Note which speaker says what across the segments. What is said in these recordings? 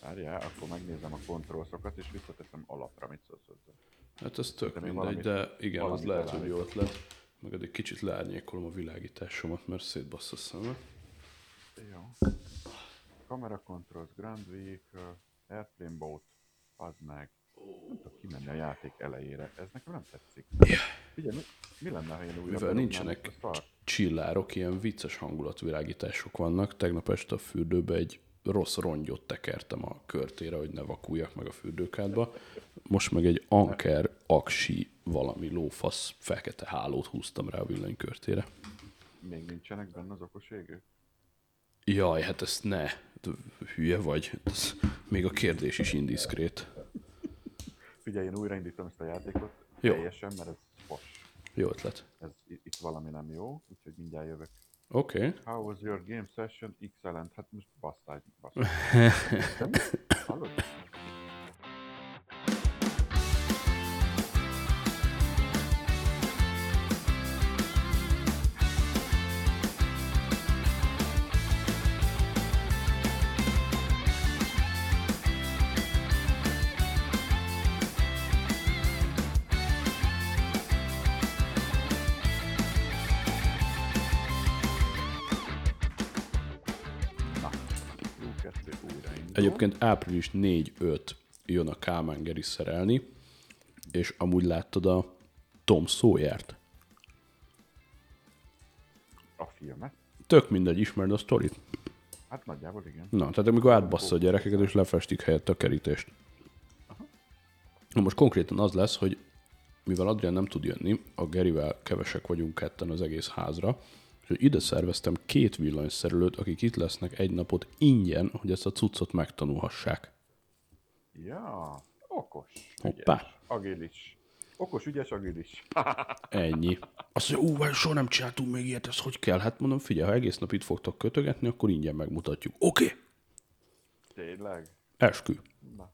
Speaker 1: Várjál, akkor megnézem a kontrollszokat, és visszateszem alapra, mit szólsz hozzá.
Speaker 2: Hát ez tök
Speaker 1: De még
Speaker 2: mindegy,
Speaker 1: valamit-
Speaker 2: de igen, az
Speaker 1: valamit
Speaker 2: lehet, hogy
Speaker 1: találni.
Speaker 2: jó ötlet. Meg egy kicsit leárnyékolom a világításomat, mert szétbassz a szemem.
Speaker 1: Jó. Camera controls, Grand Vehicle, Airplane Boat, add meg. Nem tudok kimenni a játék elejére, ez nekem nem tetszik. Figyelj, mi, mi lenne, ha én újra
Speaker 2: Mivel
Speaker 1: bedobnám
Speaker 2: nincsenek
Speaker 1: ezt a szart?
Speaker 2: csillárok, ilyen vicces hangulatvilágítások vannak. Tegnap este a fürdőbe egy rossz rongyot tekertem a körtére, hogy ne vakuljak meg a fürdőkádba. Most meg egy anker, aksi, valami lófasz, fekete hálót húztam rá a villanykörtére.
Speaker 1: Még nincsenek benne az okos égők?
Speaker 2: Jaj, hát ezt ne. Hülye vagy. Ez még a kérdés is indiszkrét.
Speaker 1: Figyelj, én újraindítom ezt a játékot
Speaker 2: Jó.
Speaker 1: teljesen, mert ez fos.
Speaker 2: Jó ötlet.
Speaker 1: Ez i- itt valami nem jó, úgyhogy mindjárt jövök.
Speaker 2: Oké. Okay.
Speaker 1: How was your game session? Excellent. Hát most basszágy, basszágy. De mi? Hallod? Na, Q2 újraindul.
Speaker 2: Egyébként április 4-5 jön a Kálmán Geri szerelni, és amúgy láttad a Tom Sawyer-t.
Speaker 1: A filmet?
Speaker 2: Tök mindegy, ismerd a sztorit.
Speaker 1: Hát nagyjából igen.
Speaker 2: Na, tehát amikor átbassza a gyerekeket, és lefestik helyett a kerítést. Na most konkrétan az lesz, hogy mivel Adrián nem tud jönni, a Gerivel kevesek vagyunk ketten az egész házra, és hogy ide szerveztem két villanyszerelőt, akik itt lesznek egy napot ingyen, hogy ezt a cuccot megtanulhassák.
Speaker 1: Ja, okos.
Speaker 2: Hoppá.
Speaker 1: Ügyes, agilis. Okos, ügyes, agilis. Hát
Speaker 2: Ennyi. Azt mondja, ú, várj, soha nem csináltunk még ilyet, ez hogy kell? Hát mondom, figyelj, ha egész nap itt fogtok kötögetni, akkor ingyen megmutatjuk. Oké, okay.
Speaker 1: Tényleg?
Speaker 2: eskü.
Speaker 1: Na,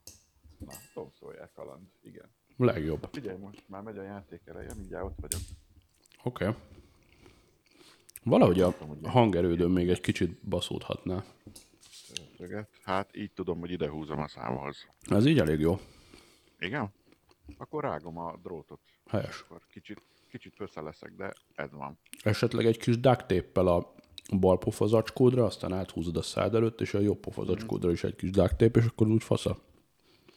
Speaker 1: na, Tom Sawyer kaland. Igen.
Speaker 2: Legjobb.
Speaker 1: Figyelj, most már megy a játék eleje, mindjárt ott vagyok.
Speaker 2: Oké. Okay. Valahogy a hangerődön még egy kicsit baszódhatná.
Speaker 1: Szöget. Hát így tudom, hogy ide húzom a számhoz.
Speaker 2: Ez így elég jó.
Speaker 1: Igen? Akkor rágom a drótot.
Speaker 2: Helyes.
Speaker 1: Akkor kicsit, kicsit össze leszek, de ez van.
Speaker 2: Esetleg egy kis duct tape-pel a bal pofazacskódra, aztán áthúzod a szád előtt, és a jobb pofazacskódra is egy kis duct tape, és akkor úgy fasza.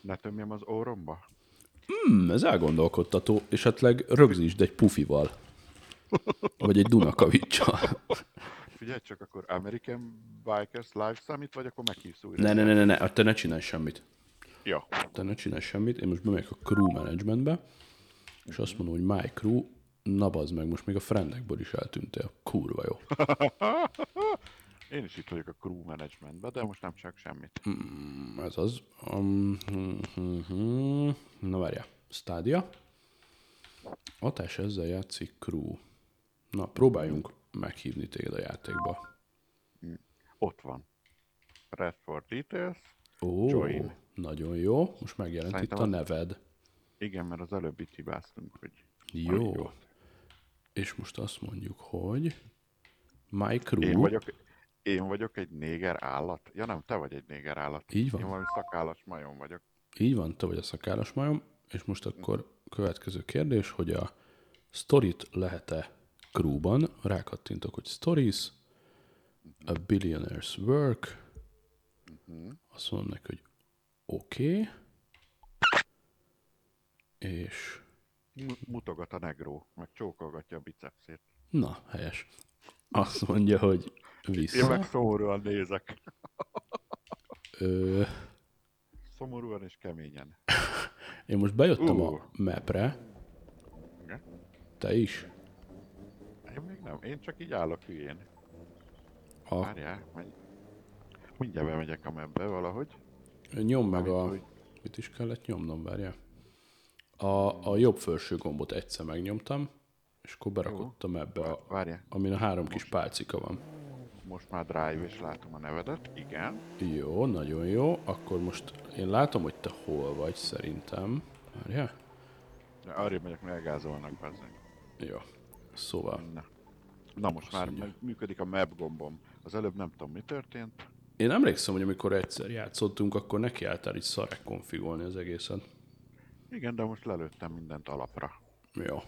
Speaker 1: Ne tömjem az óromba?
Speaker 2: Hmm, ez elgondolkodtató. Esetleg rögzítsd egy pufival. Vagy egy Dunakavicsal.
Speaker 1: Figyelj csak, akkor American Bikers Live számít, vagy akkor meghívsz újra?
Speaker 2: Ne, ne, ne, ne, ne, te ne csinálj semmit.
Speaker 1: Jó.
Speaker 2: Te ne csinálj semmit, én most bemegyek a crew managementbe, és azt mondom, hogy my crew, na bazd meg, most még a friendekből is eltűntél. Kurva jó.
Speaker 1: Én is itt vagyok a crew managementben, de most nem csak semmit.
Speaker 2: Mm, Ez az. Um, na várjál. Stadia. Atás ezzel játszik crew. Na, próbáljunk meghívni téged a játékba.
Speaker 1: Ott van. Red for details.
Speaker 2: Ó,
Speaker 1: Join.
Speaker 2: nagyon jó. Most megjelent
Speaker 1: Szerintem
Speaker 2: itt a
Speaker 1: az-
Speaker 2: neved.
Speaker 1: Igen, mert az előbb itt hibáztunk, hogy...
Speaker 2: Jó. És most azt mondjuk, hogy my crew.
Speaker 1: Én vagyok, én vagyok egy néger állat. Ja nem, te vagy egy néger állat.
Speaker 2: Így van.
Speaker 1: Én valami szakállas majom vagyok.
Speaker 2: Így van, te vagy a szakállas majom, és most akkor következő kérdés, hogy a sztorit lehet-e crewban? Rákattintok, hogy stories, a billionaire's work, azt mondom neki, hogy oké, okay, és
Speaker 1: Mu- Mutogat a negró, meg csókolgatja a bicepsét.
Speaker 2: na, helyes. Azt mondja, hogy
Speaker 1: Én meg
Speaker 2: vissza.
Speaker 1: szomorúan nézek.
Speaker 2: Ö,
Speaker 1: Szomorúan és keményen.
Speaker 2: én most bejöttem
Speaker 1: Ú.
Speaker 2: a mapre,
Speaker 1: Igen?
Speaker 2: te is.
Speaker 1: Én még nem, én csak így állok hülyén.
Speaker 2: A,
Speaker 1: Várjál, menj. Mindjárt bemegyek a mebbe valahogy.
Speaker 2: nyom meg
Speaker 1: Amit
Speaker 2: a...
Speaker 1: úgy-
Speaker 2: Mit is kellett nyomnom, várjál. A, a jobb felső gombot egyszer megnyomtam, és akkor berakodtam ebbe, a,
Speaker 1: Várjál,
Speaker 2: amin a három kis pálcika van.
Speaker 1: most már drive és látom a nevedet. Igen.
Speaker 2: Jó, nagyon jó. Akkor most én látom, hogy te hol vagy szerintem. Várjál?
Speaker 1: De arra megyek, mert elgázolnak bezzeg.
Speaker 2: Jó. Szóval,
Speaker 1: Na. Na most már meg működik a map gombom. Az előbb nem tudom mi történt.
Speaker 2: Én emlékszem, hogy amikor egyszer játszottunk, akkor nekiálltál így szarek konfigolni az egészet.
Speaker 1: Igen, de most lelőttem mindent alapra.
Speaker 2: Ja.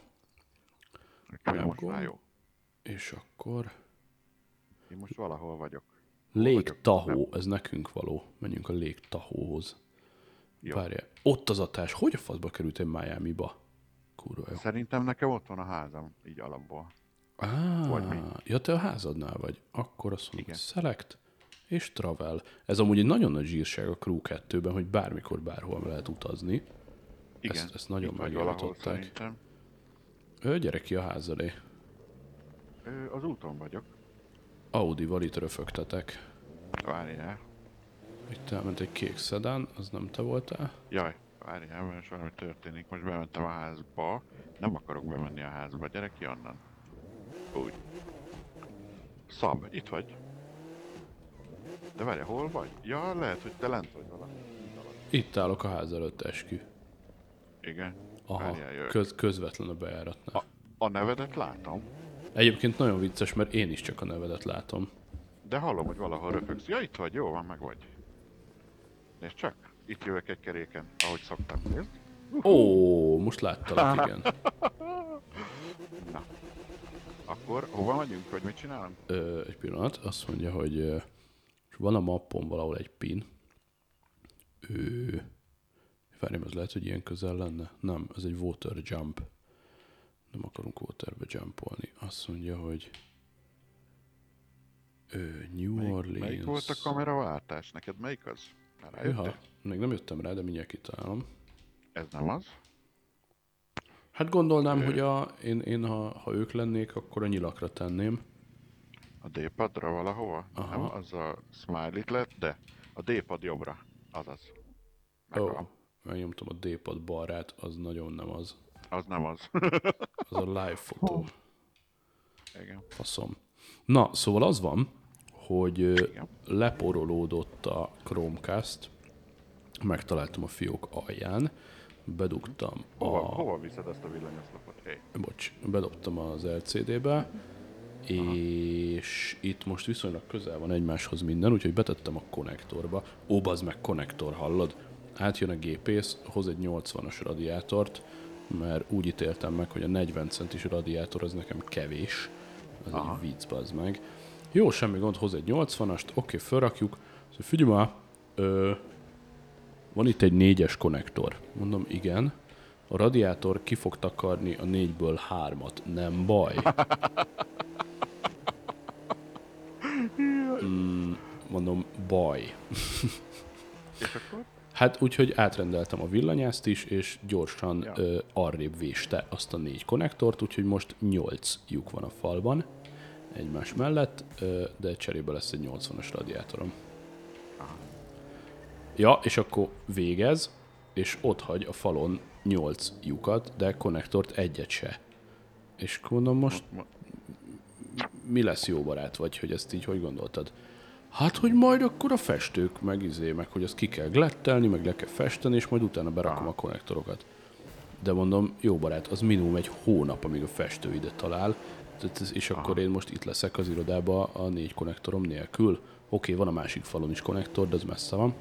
Speaker 1: Úgyhogy
Speaker 2: Nem
Speaker 1: most
Speaker 2: gond.
Speaker 1: már jó.
Speaker 2: És akkor...
Speaker 1: Én most valahol vagyok.
Speaker 2: Légtahó, ez nekünk való. Menjünk a légtahóhoz.
Speaker 1: Jó.
Speaker 2: Várjál, ott az atás. Hogy a faszba kerültél Miami-ba? Kurva jó.
Speaker 1: Szerintem nekem ott van a házam, így alapból. Vagy mi?
Speaker 2: Ah, ja, te a házadnál vagy. Akkor azt mondom, Igen. select és travel. Ez amúgy egy nagyon nagy zsírság a Crew 2-ben, hogy bármikor bárhol lehet utazni.
Speaker 1: Igen,
Speaker 2: Ezt- ezt nagyon
Speaker 1: itt vagy valahol
Speaker 2: megjavatották.
Speaker 1: szerintem.
Speaker 2: Ő gyere ki a ház elé.
Speaker 1: Ö, az úton vagyok.
Speaker 2: Audi-val itt röfögtetek.
Speaker 1: Várjál.
Speaker 2: Itt elment egy kék szedán, az nem te voltál.
Speaker 1: Jaj, várjál, mert valami történik. Most bementem a házba. Nem akarok bemenni a házba. Gyere ki onnan. Úgy. Szab, itt vagy. De várjál, hol vagy? Ja, lehet, hogy te lent vagy valami.
Speaker 2: Itt állok a ház előtt, eskü.
Speaker 1: Igen.
Speaker 2: Aha,
Speaker 1: Várjál, jövök.
Speaker 2: köz, közvetlen a bejáratnál.
Speaker 1: A, a nevedet látom,
Speaker 2: Egyébként nagyon vicces, mert én is csak a nevedet látom.
Speaker 1: de hallom, hogy valahol röpögsz. Ja, itt vagy, jó van, meg vagy. Nézd csak, itt jövök egy keréken, ahogy szoktam. Nézd.
Speaker 2: Ó, most láttalak, igen.
Speaker 1: Na. Akkor hova megyünk, vagy mit csinálunk?
Speaker 2: Ö, egy pillanat, azt mondja, hogy ö, és van a mappon valahol egy pin. Ő... Várjám, ez lehet, hogy ilyen közel lenne? Nem, ez egy water jump. Nem akarunk waterbe jumpolni. Azt mondja, hogy... Ő, New Orleans...
Speaker 1: Melyik volt a kameraváltás? Neked melyik az? Már
Speaker 2: Üha,
Speaker 1: rájöttél?
Speaker 2: még nem jöttem rá, de mindjárt kitálom.
Speaker 1: Ez nem az?
Speaker 2: Hát gondolnám, hogy a, én, én ha, ha ők lennék, akkor a nyilakra tenném.
Speaker 1: A D-padra valahova?
Speaker 2: Aha.
Speaker 1: Nem, az a smiley lett, de a D-pad jobbra. Az az.
Speaker 2: Ó,
Speaker 1: Megvan.
Speaker 2: oh, megnyomtam a D-pad balrát, az nagyon nem az.
Speaker 1: Az nem az.
Speaker 2: Az a live fotó.
Speaker 1: Igen.
Speaker 2: Faszom. Na, szóval az van, hogy ö,
Speaker 1: Igen.
Speaker 2: leporolódott a Chromecast, megtaláltam a fiók alján, bedugtam
Speaker 1: Hova,
Speaker 2: a...
Speaker 1: hova viszed ezt a villanyoszlopot? Hé,
Speaker 2: Bocs, bedobtam az LCD-be, és itt most viszonylag közel van egymáshoz minden, úgyhogy betettem a konnektorba. Ó, bazd meg konnektor, hallod? Átjön a gépész, hoz egy 80-as radiátort, mert úgy ítéltem meg, hogy a 40 centis radiátor az nekem kevés. Az Aha. egy vicc, bazd meg. Jó, semmi gond, hoz egy 80-ast, oké, felrakjuk. Szóval figyelj már, ö, van itt egy négyes konnektor. Mondom, igen. A radiátor ki fog takarni a négyből hármat. Nem baj. Mm, mondom, baj.
Speaker 1: És akkor?
Speaker 2: Hát úgyhogy átrendeltem a villanyászt is, és gyorsan ja.
Speaker 1: Ja.
Speaker 2: ö, arrébb véste azt a négy konnektort, úgyhogy most 8 lyuk van a falban egymás mellett, ö, de cserébe lesz egy 80-as radiátorom. Ja, és akkor végez, és ott hagy a falon 8 lyukat, de konnektort egyet se. És akkor mondom, most
Speaker 1: mo-
Speaker 2: mi lesz jó barát vagy, hogy ezt így hogy gondoltad? Hát, hogy majd akkor a festők meg izé, meg hogy azt ki kell glettelni, meg le kell festeni, és majd utána berakom a konnektorokat. De mondom, jó barát, az minimum egy hónap, amíg a festő ide talál, tehát ez- és akkor én most itt leszek az irodába a négy konnektorom nélkül. Oké, van a másik falon is konnektor, de az messze van.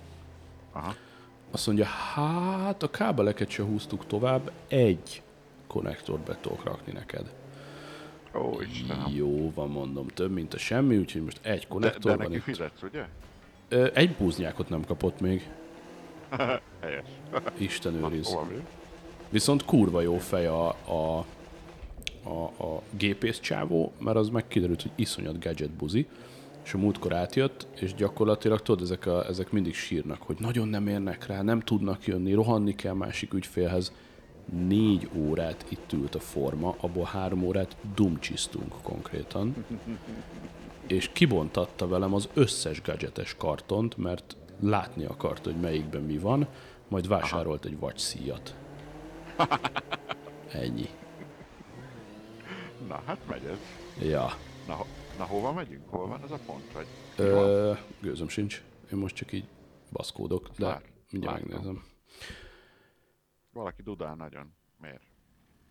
Speaker 1: Aha.
Speaker 2: Azt mondja, hát a kábeleket se húztuk tovább, egy konnektort be tudok rakni neked.
Speaker 1: Ó, Istenem.
Speaker 2: Jó van, mondom, több mint a semmi, úgyhogy most egy
Speaker 1: De, de
Speaker 2: konnektor van
Speaker 1: neki
Speaker 2: itt.
Speaker 1: fizetsz, ugye?
Speaker 2: Ö, egy búznyákot nem kapott még.
Speaker 1: Helyes.
Speaker 2: Isten őriz.
Speaker 1: Hova visz?
Speaker 2: Viszont kurva jó fej a, a, a, a gépész csávó, mert az meg kiderült, hogy iszonyat gadget buzi, és a múltkor átjött, és gyakorlatilag tudod, ezek, a, ezek mindig sírnak, hogy nagyon nem érnek rá, nem tudnak jönni, rohanni kell másik ügyfélhez. Négy órát itt ült a forma, abból három órát dumcsisztunk konkrétan. és kibontatta velem az összes gadgetes kartont, mert látni akart, hogy melyikben mi van, majd vásárolt egy vagy szíjat. Ennyi.
Speaker 1: Na, hát megy ez.
Speaker 2: Ja.
Speaker 1: Na, ho- na hova megyünk? Hol van az a pont? Vagy? Ö...
Speaker 2: Ö, gőzöm sincs. Én most csak így baszkódok, de
Speaker 1: Lát-
Speaker 2: mindjárt
Speaker 1: látom.
Speaker 2: megnézem.
Speaker 1: Valaki dudál nagyon. Miért?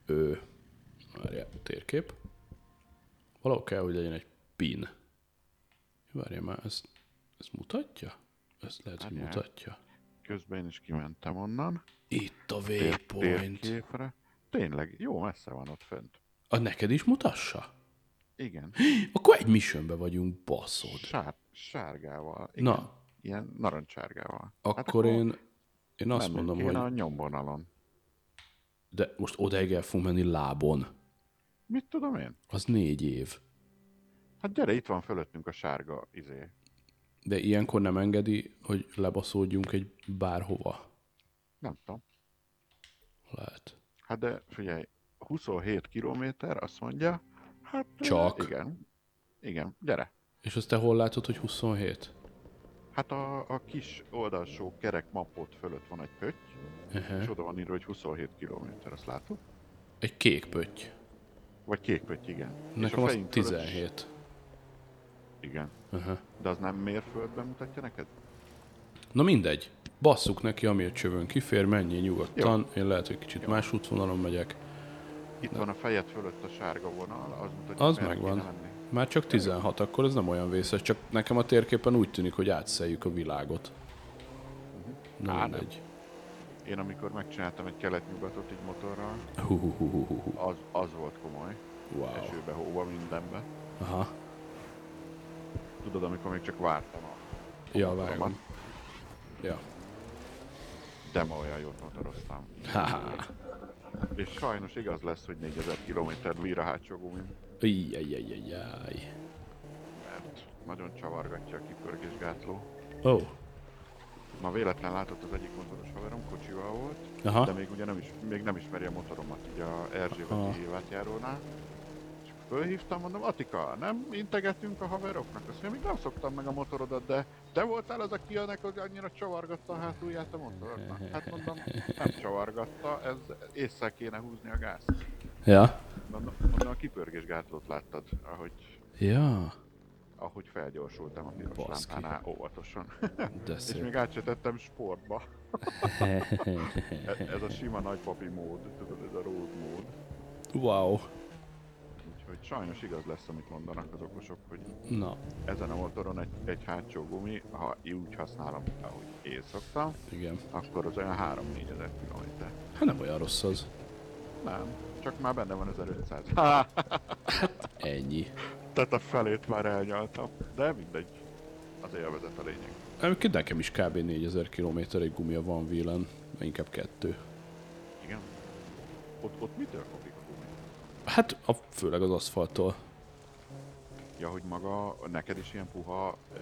Speaker 2: Ö, várjál, térkép. Valahol kell, hogy legyen egy pin. Várjál már, ezt, Ez mutatja? Ez lehet, hogy
Speaker 1: Várjál.
Speaker 2: mutatja.
Speaker 1: Közben én is kimentem onnan.
Speaker 2: Itt a
Speaker 1: Tér-
Speaker 2: waypoint.
Speaker 1: Térképre. Tényleg, jó messze van ott fönt.
Speaker 2: A neked is mutassa?
Speaker 1: Igen,
Speaker 2: Akkor egy missionbe vagyunk, baszod.
Speaker 1: sár, sárgával. Igen, Na.
Speaker 2: Na,
Speaker 1: Ilyen Hát narancssárgával.
Speaker 2: akkor én, én azt
Speaker 1: mennünk
Speaker 2: mondom,
Speaker 1: kéne
Speaker 2: hogy
Speaker 1: a nyomvonalon.
Speaker 2: de most odáig el fogunk menni lábon.
Speaker 1: Mit tudom én?
Speaker 2: Az négy év.
Speaker 1: Hát gyere, itt van fölöttünk a sárga izé.
Speaker 2: De ilyenkor nem engedi, hogy lebaszódjunk egy bárhova.
Speaker 1: Nem tudom.
Speaker 2: Lehet.
Speaker 1: Hát de figyelj, 27 kilométer, azt mondja, hát... ö,
Speaker 2: Csak.
Speaker 1: Igen. Igen, gyere.
Speaker 2: És azt te hol látod, hogy 27?
Speaker 1: Hát a, a kis oldalsó kerek mapot fölött van egy pötty, és
Speaker 2: Ehe.
Speaker 1: oda van írva, hogy 27 kilométer, azt látod?
Speaker 2: Egy kék pötty.
Speaker 1: Vagy kék pötty, igen. És
Speaker 2: Nekem
Speaker 1: a
Speaker 2: az
Speaker 1: fejünk fölött-
Speaker 2: 17.
Speaker 1: Igen.
Speaker 2: Aha.
Speaker 1: De az nem mérföldben mutatja neked?
Speaker 2: Na mindegy. Basszuk neki, ami a csövön kifér, menjél nyugodtan. Én lehet, hogy kicsit más útvonalon megyek.
Speaker 1: Itt van a fejed fölött a sárga vonal, az mutatja,
Speaker 2: Az
Speaker 1: merre
Speaker 2: megvan.
Speaker 1: kéne menni.
Speaker 2: Már csak 16, akkor ez nem olyan vészes, csak nekem a térképen úgy tűnik, hogy átszeljük a világot. Na
Speaker 1: Mhm. Á,
Speaker 2: mindegy.
Speaker 1: Én amikor megcsináltam egy kelet-nyugatot így motorral,
Speaker 2: Hú, hú, hú, hú, hú, hú.
Speaker 1: az, az volt komoly.
Speaker 2: Wow.
Speaker 1: Esőbe, hóba, mindenbe.
Speaker 2: Aha.
Speaker 1: Tudod, amikor még csak vártam a
Speaker 2: Ja,
Speaker 1: motoromat,
Speaker 2: vágom. Ja.
Speaker 1: de ma olyan jót motoroztam.
Speaker 2: Ha, ha.
Speaker 1: És sajnos igaz lesz, hogy 4000 km líra hátsó gumin,
Speaker 2: Ijjjjjjjjjj.
Speaker 1: mert nagyon csavargatja a kipörgésgátló.
Speaker 2: Ó.
Speaker 1: Ma véletlen látott az egyik motoros haverom, kocsival volt, de
Speaker 2: Aha.
Speaker 1: még ugye nem, is, még nem ismeri a motoromat, így a Erzsébeti évátjárónál. És fölhívtam, mondom, Atika, nem integetünk a haveroknak? Azt mondja, még nem szoktam meg a motorodat, de te voltál az, aki annak, hogy annyira csavargatta a hátulját a motornak. Hát mondom, nem csavargatta, ez észre kéne húzni a gázt.
Speaker 2: Ja.
Speaker 1: Mondom, mondom a kipörgésgátlót láttad, ahogy,
Speaker 2: Ja.
Speaker 1: ahogy felgyorsultam a piros
Speaker 2: Baszki.
Speaker 1: lámpánál óvatosan.
Speaker 2: De
Speaker 1: És
Speaker 2: szép.
Speaker 1: még át se tettem sportba. E- Ez a sima nagypapi mód, tudod, ez a road mód.
Speaker 2: Wow.
Speaker 1: Úgyhogy sajnos igaz lesz, amit mondanak az okosok, hogy
Speaker 2: Na,
Speaker 1: ezen a motoron egy, egy hátsó gumi, ha én úgy használom, ahogy én szoktam,
Speaker 2: igen.
Speaker 1: akkor az olyan 3-4 ezer kilométer.
Speaker 2: Hát nem olyan rossz az.
Speaker 1: Nem, csak már benne van 1500. Há,
Speaker 2: Ennyi.
Speaker 1: tehát a felét már elnyaltam, de mindegy. Az élvezet a lényeg.
Speaker 2: Egyébként nekem is kb. 4000 km egy gumia van vélen, inkább kettő.
Speaker 1: Igen. Ott, ott mitől kopik a gumi?
Speaker 2: Hát a, főleg az aszfalttól.
Speaker 1: Ja, hogy maga, neked is ilyen puha ö,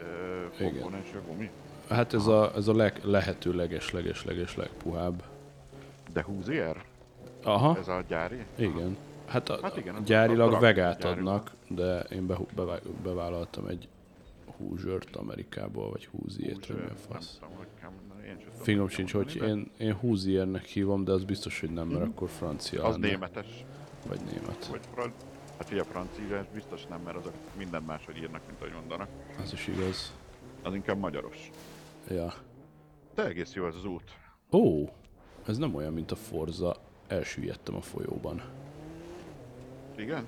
Speaker 2: Igen.
Speaker 1: komponens a gumi?
Speaker 2: Hát ez a, ez a leg, lehető leges, leges, leges legpuhább.
Speaker 1: De 20 ér?
Speaker 2: Aha,
Speaker 1: Ez a gyári?
Speaker 2: igen. Hát, a,
Speaker 1: Hát igen, az-
Speaker 2: gyárilag
Speaker 1: az a-
Speaker 2: vegát
Speaker 1: gyárilag.
Speaker 2: adnak, de én behu, bevá, bevállaltam egy húzsört Amerikából, vagy húziét, vagy mi a
Speaker 1: Nem
Speaker 2: fasz.
Speaker 1: tudom, hogy kell mondani, én sem tudom,
Speaker 2: Fingom
Speaker 1: hogy kell
Speaker 2: sincs, hogy
Speaker 1: mondani, de
Speaker 2: én, én húziernek hívom, de az biztos, hogy nem, mert akkor francia
Speaker 1: Mhm. Az
Speaker 2: lenne,
Speaker 1: németes,
Speaker 2: Vagy német.
Speaker 1: vagy franc... Hát figyelj, francia, ez biztos nem, mert azok minden máshogy írnak, mint ahogy mondanak.
Speaker 2: Az is igaz.
Speaker 1: Az inkább magyaros.
Speaker 2: Ja.
Speaker 1: De egész jó ez az út.
Speaker 2: Ó, ez nem olyan, mint a Forza. Elsüllyedtem a folyóban.
Speaker 1: Igen?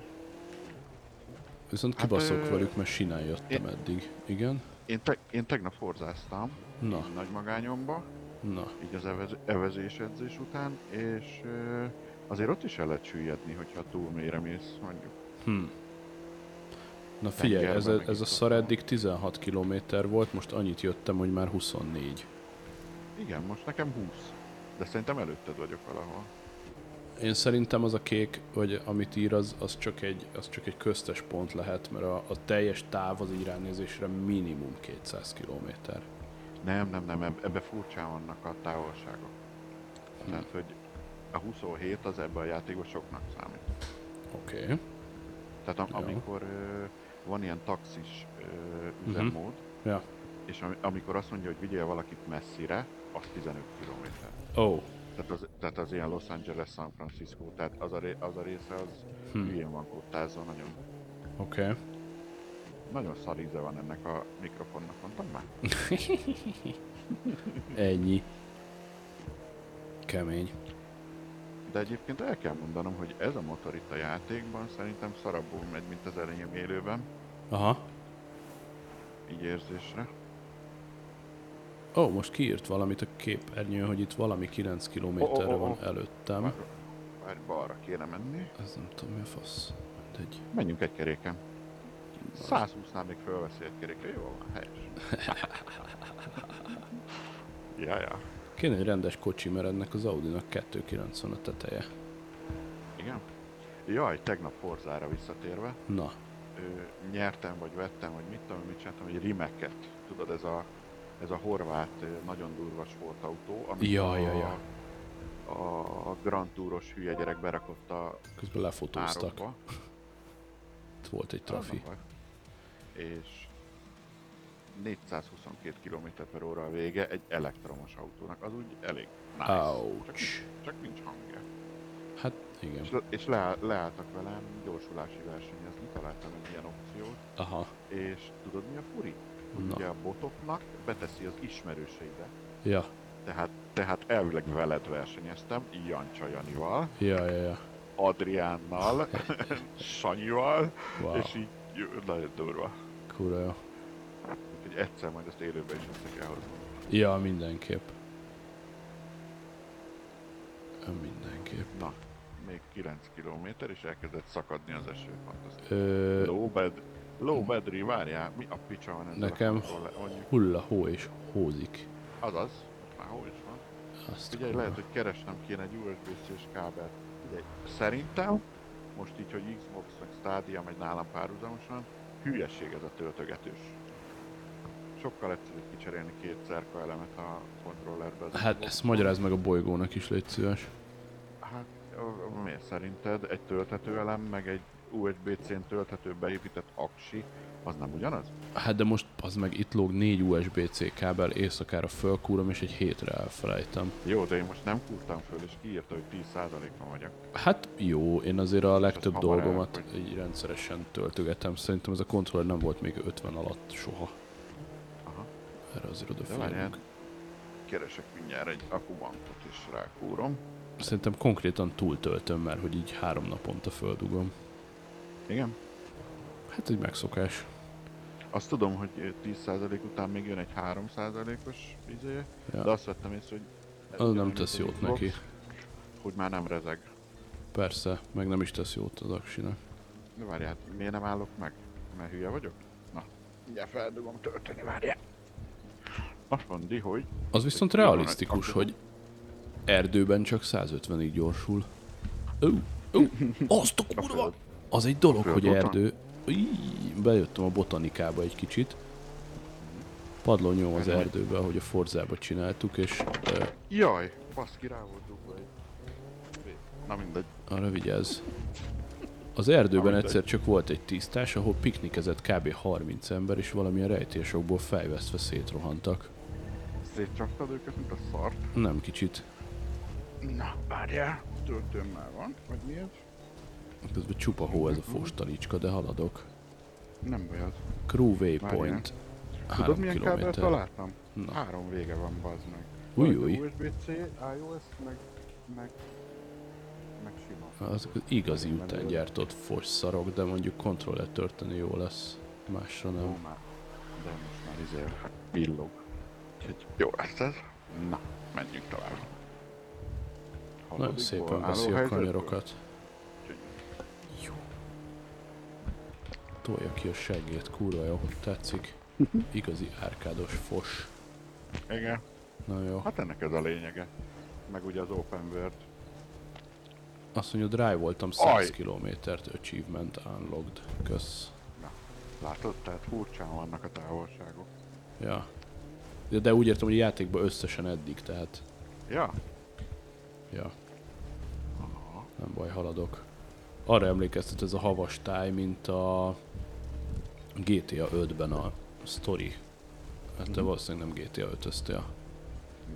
Speaker 2: Viszont
Speaker 1: Hát,
Speaker 2: kibaszok
Speaker 1: ö,
Speaker 2: velük, mert sinán jöttem eddig. Igen?
Speaker 1: Én, te, én tegnap forzáztam
Speaker 2: Na,
Speaker 1: nagy magányomba,
Speaker 2: na.
Speaker 1: így az evez, evezés edzés után, és ö, azért ott is el lehet süllyedni, hogyha túl mélyre mész, mondjuk.
Speaker 2: Na figyelj, ez, a-
Speaker 1: meg
Speaker 2: ez a
Speaker 1: itt
Speaker 2: szar
Speaker 1: otthon.
Speaker 2: eddig 16 km volt, most annyit jöttem, hogy már 24.
Speaker 1: Igen, most nekem 20. De szerintem előtted vagyok valahol.
Speaker 2: Én szerintem az a kék, vagy amit ír, az, az, csak, egy, az csak egy köztes pont lehet, mert a, a teljes táv az így ránézésre minimum 200 km.
Speaker 1: Nem, nem, nem, eb- ebbe furcsán vannak a távolságok. Tehát, hogy a 27 az ebben a játékban soknak számít.
Speaker 2: Oké. Okay.
Speaker 1: Tehát am-
Speaker 2: Jó.
Speaker 1: amikor ö, van ilyen taxis ö, üzemmód,
Speaker 2: Ja.
Speaker 1: és am- amikor azt mondja, hogy vigyél valakit messzire, az 15 km.
Speaker 2: Ó, oh,
Speaker 1: Tehát az, tehát az ilyen Los Angeles, San Francisco, tehát az a, ré, az a része az hmm. hülyén van kottázva, nagyon,
Speaker 2: oké. Okay.
Speaker 1: nagyon szar íze van ennek a mikrofonnak, mondtam már?
Speaker 2: Ennyi. Kemény.
Speaker 1: De egyébként el kell mondanom, hogy ez a motor itt a játékban szerintem szarabbul megy, mint az elején élőben,
Speaker 2: Aha.
Speaker 1: így érzésre.
Speaker 2: Ó, oh, most kiírt valamit a képernyőn, hogy itt valami 9 kilométerre
Speaker 1: Ó, ó, ó, ó.
Speaker 2: van előttem.
Speaker 1: Már balra kéne menni.
Speaker 2: Ez nem tudom, mi a fasz. Mindegy.
Speaker 1: Menjünk egy keréken. 120-nál még fölveszi egy keréke. Jó van, helyes. ja, ja.
Speaker 2: Kéne egy rendes kocsi, mert ennek az Audinak 290 a teteje.
Speaker 1: Igen. Jaj, tegnap Forzára visszatérve,
Speaker 2: Na,
Speaker 1: ö, nyertem, vagy vettem, vagy mit tudom, mit csináltam, egy rimeket. Tudod, ez a, ez a horvát, ö, nagyon durva sportautó, amit
Speaker 2: Ja,
Speaker 1: a,
Speaker 2: ja, ja.
Speaker 1: a, a Grand Touros hülye gyerek berakott a
Speaker 2: közben lefotóztak.
Speaker 1: árokba.
Speaker 2: Itt volt egy trafi.
Speaker 1: Annak baj. És 422 km per óra a vége egy elektromos autónak, az úgy elég nice. Csak,
Speaker 2: Ouch.
Speaker 1: csak nincs hangja.
Speaker 2: Hát
Speaker 1: És,
Speaker 2: igen.
Speaker 1: le, és le, leálltak velem gyorsulási versenyezni, találtam egy ilyen opciót,
Speaker 2: Aha.
Speaker 1: és tudod mi a furi? Hogy
Speaker 2: Na.
Speaker 1: Ugye a botoknak beteszi az ismerőseidet.
Speaker 2: Ja,
Speaker 1: Tehát, tehát elvileg veled versenyeztem, Jancsa Janival,
Speaker 2: ja, ja, ja.
Speaker 1: Adriánnal, Sanyival,
Speaker 2: Wow.
Speaker 1: wow. és így jó, nagyon durva.
Speaker 2: Kurva jó.
Speaker 1: Úgyhogy egyszer majd ezt élőben is össze kell hoznom.
Speaker 2: Ja, mindenképp. Ja, Mindenképp.
Speaker 1: Na, még 9 km, és elkezdett szakadni az eső. Fantasztikus.
Speaker 2: Ö,
Speaker 1: Lóbed, lóbedri, várjál, mi a picsa van ezzel a
Speaker 2: Nekem-
Speaker 1: kontroller- mondjuk,
Speaker 2: hulla, hó és hózik.
Speaker 1: Azaz, már hol is van.
Speaker 2: Azt
Speaker 1: Figyelj,
Speaker 2: kurva.
Speaker 1: lehet, hogy keresnem kéne egy USB-C-s kábelt. Figyelj, szerintem, most így, hogy Xbox meg Stadia megy nálam párhuzamosan, hülyeség ez a töltögetős. Sokkal egyszerűbb kicserélni két szerka elemet a kontrollerbe. az
Speaker 2: Hát
Speaker 1: Xbox.
Speaker 2: ezt magyarázd meg a bolygónak is, légy szíves.
Speaker 1: Hát, ö, miért szerinted egy tölthető elem, meg egy USB-C-n tölthető beépített aksi, az nem ugyanaz?
Speaker 2: Hát de most az meg itt lóg négy USB-C kábel, éjszakára fölkúrom és egy hétre elfelejtem.
Speaker 1: Jó, de én most nem kúrtam föl, és kiírta, hogy 10%-ban vagyok.
Speaker 2: Hát jó, én azért a legtöbb
Speaker 1: hamar
Speaker 2: dolgomat
Speaker 1: elfogy.
Speaker 2: így rendszeresen töltögetem. Szerintem ez a kontroller nem volt még 50 alatt soha.
Speaker 1: Aha.
Speaker 2: Erre azért
Speaker 1: De várjál,
Speaker 2: odafigyelünk.
Speaker 1: keresek mindjárt egy akubankot, és rákúrom.
Speaker 2: Szerintem konkrétan túltöltöm már, hogy így három naponta földugom.
Speaker 1: Igen.
Speaker 2: Hát egy megszokás.
Speaker 1: Azt tudom, hogy ö, 10% után még jön egy 3%-os izéje,
Speaker 2: Ja.
Speaker 1: ja. de azt vettem észre, hogy... ez
Speaker 2: Az nem
Speaker 1: ugyanúgy,
Speaker 2: tesz
Speaker 1: mint
Speaker 2: jót
Speaker 1: az Xbox,
Speaker 2: neki.
Speaker 1: Hogy már nem rezeg.
Speaker 2: Persze, meg nem is tesz jót az aksinak.
Speaker 1: De várjál, hát miért nem állok meg? Mert hülye vagyok? Na, mindjárt feldugom tölteni, várjál. Azt mondja, hogy
Speaker 2: Az viszont
Speaker 1: Egy jó
Speaker 2: realisztikus,
Speaker 1: nagy
Speaker 2: hogy erdőben csak 150-ig gyorsul. Ó, ó, azt a kurva!
Speaker 1: föld.
Speaker 2: Az egy dolog,
Speaker 1: föld
Speaker 2: hogy
Speaker 1: botan?
Speaker 2: erdő... Íj, bejöttem a botanikába egy kicsit. Padlón nyom az
Speaker 1: Ez nagy.
Speaker 2: erdőbe, ahogy a Forzába csináltuk, és ö,
Speaker 1: Jaj, baszki, rá volt dugva egy... Na mindegy.
Speaker 2: arra vigyázz. Az erdőben
Speaker 1: Amit
Speaker 2: egyszer csak volt egy tisztás, ahol piknikezett kb. 30 ember, és valamilyen rejtésokból fejvesztve szétrohantak.
Speaker 1: Szétcsaptad őket, mint a szart.
Speaker 2: Nem kicsit.
Speaker 1: Na, várjál. Töltőm már van, vagy mi ez?
Speaker 2: Közben csupa hó ez a fostalicska, de haladok.
Speaker 1: Nem baj az.
Speaker 2: Crew Waypoint.
Speaker 1: Tudod
Speaker 2: Három
Speaker 1: milyen kábelt
Speaker 2: kilométer.
Speaker 1: találtam?
Speaker 2: Na.
Speaker 1: Három vége van, bazd meg.
Speaker 2: Új,
Speaker 1: Van
Speaker 2: új.
Speaker 1: egy USB-C, iOS, meg... meg... meg sima.
Speaker 2: Az igazi után gyártott fos szarok, de mondjuk kontroller történő jó lesz. Másra
Speaker 1: Ó,
Speaker 2: nem.
Speaker 1: már. De most már izé villog. Úgyhogy jó lesz ez. Na, menjünk tovább.
Speaker 2: Nagyon
Speaker 1: Hatodik
Speaker 2: szépen
Speaker 1: volt,
Speaker 2: veszi a
Speaker 1: állóhelyzetből.
Speaker 2: kanyarokat.
Speaker 1: Úgyhogy
Speaker 2: Jó. Tolja ki a seggét, kurva jó, tetszik. Igazi árkádos fos.
Speaker 1: Igen.
Speaker 2: Na jó.
Speaker 1: Hát ennek ez a lényege. Meg ugye az Open World.
Speaker 2: Azt mondja, drive voltam 100
Speaker 1: Aj!
Speaker 2: kilométert, achievement unlocked. Kösz.
Speaker 1: Na, látod? Tehát furcsán vannak a távolságok.
Speaker 2: Ja. De, de úgy értem, hogy a játékban összesen eddig, tehát...
Speaker 1: Ja,
Speaker 2: Ja. Nem baj, haladok. Arra emlékeztet ez a havas táj, mint a GTA 5-ben a story. Hát
Speaker 1: Mhm.
Speaker 2: te valószínűleg nem GTA 5 -öztél.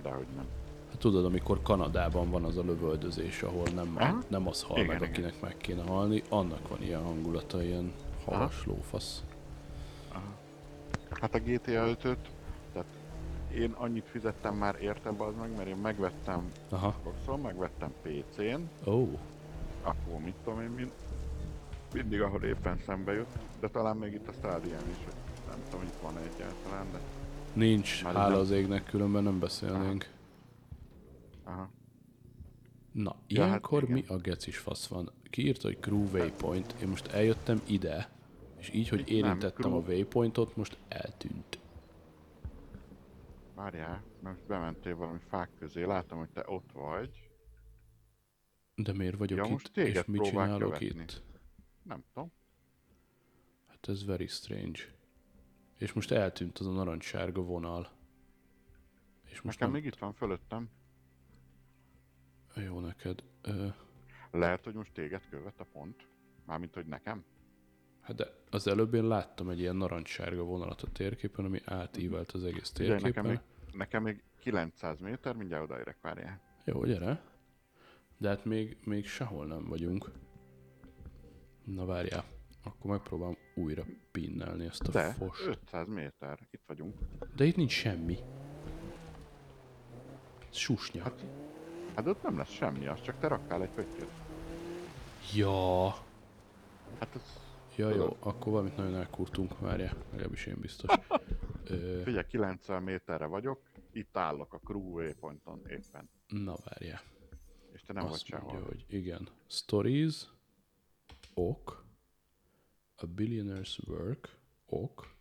Speaker 1: dehogy nem.
Speaker 2: Hát tudod, amikor Kanadában van az a lövöldözés, ahol nem,
Speaker 1: Aha.
Speaker 2: nem az hal
Speaker 1: Igen,
Speaker 2: meg,
Speaker 1: igen.
Speaker 2: akinek meg kéne halni, annak van ilyen hangulata, ilyen havas lófasz.
Speaker 1: Hát a GTA 5-öt, tehát én annyit fizettem már érte az meg, mert én megvettem
Speaker 2: Aha.
Speaker 1: Xboxon, megvettem PC-n,
Speaker 2: Ó, oh,
Speaker 1: akkor mit tudom én, mind, mindig ahol éppen szembe jut, de talán még itt a stádián is, hogy nem tudom, itt van egyáltalán, de
Speaker 2: Nincs,
Speaker 1: Már
Speaker 2: hála
Speaker 1: nem.
Speaker 2: az égnek, különben nem beszélnénk.
Speaker 1: Aha.
Speaker 2: Na,
Speaker 1: Ja, hát
Speaker 2: ilyenkor
Speaker 1: igen.
Speaker 2: mi a gecis fasz van? Kiírt, hogy crew waypoint, én most eljöttem ide, és így, hogy érintettem
Speaker 1: crew.
Speaker 2: a waypointot, most eltűnt.
Speaker 1: Várjál, mert most bementél valami fák közé, látom, hogy te ott vagy.
Speaker 2: De miért vagyok
Speaker 1: Ja,
Speaker 2: itt,
Speaker 1: most
Speaker 2: és
Speaker 1: téged
Speaker 2: mit
Speaker 1: próbál
Speaker 2: csinálok
Speaker 1: követni.
Speaker 2: itt?
Speaker 1: Nem tudom.
Speaker 2: Hát ez very strange. És most eltűnt az a narancssárga vonal. És most
Speaker 1: Most Nekem
Speaker 2: nem...
Speaker 1: még itt van fölöttem.
Speaker 2: Jó neked. Ö,
Speaker 1: Lehet, hogy most téged követ a pont. Mármint, hogy nekem.
Speaker 2: hát de az előbb én láttam egy ilyen narancssárga vonalat a térképen, ami átívelt az egész
Speaker 1: Ugye, nekem,
Speaker 2: térképen.
Speaker 1: még, nekem még 900 méter, mindjárt odaérek, várjál.
Speaker 2: Jó, gyere. De hát még, még sehol nem vagyunk. Na várjál, akkor megpróbálom újra pinnelni ezt a
Speaker 1: De,
Speaker 2: fos.
Speaker 1: 500 méter, itt vagyunk.
Speaker 2: De itt nincs semmi. Ez Susnya.
Speaker 1: Hát, hát ott nem lesz semmi, az csak te raktál egy pöttyöt.
Speaker 2: Ja.
Speaker 1: Hát az...
Speaker 2: Ja,
Speaker 1: Tudod.
Speaker 2: jó, akkor valamit nagyon elkurtunk, várjál, legalábbis én biztos. Ö,
Speaker 1: Figyelj, 90 méterre vagyok, itt állok a crew waypointon éppen.
Speaker 2: na várjál.
Speaker 1: És te nem vagy
Speaker 2: Azt
Speaker 1: sehol.
Speaker 2: mondja, hogy igen. Stories, ok, a billionaire's work, ok,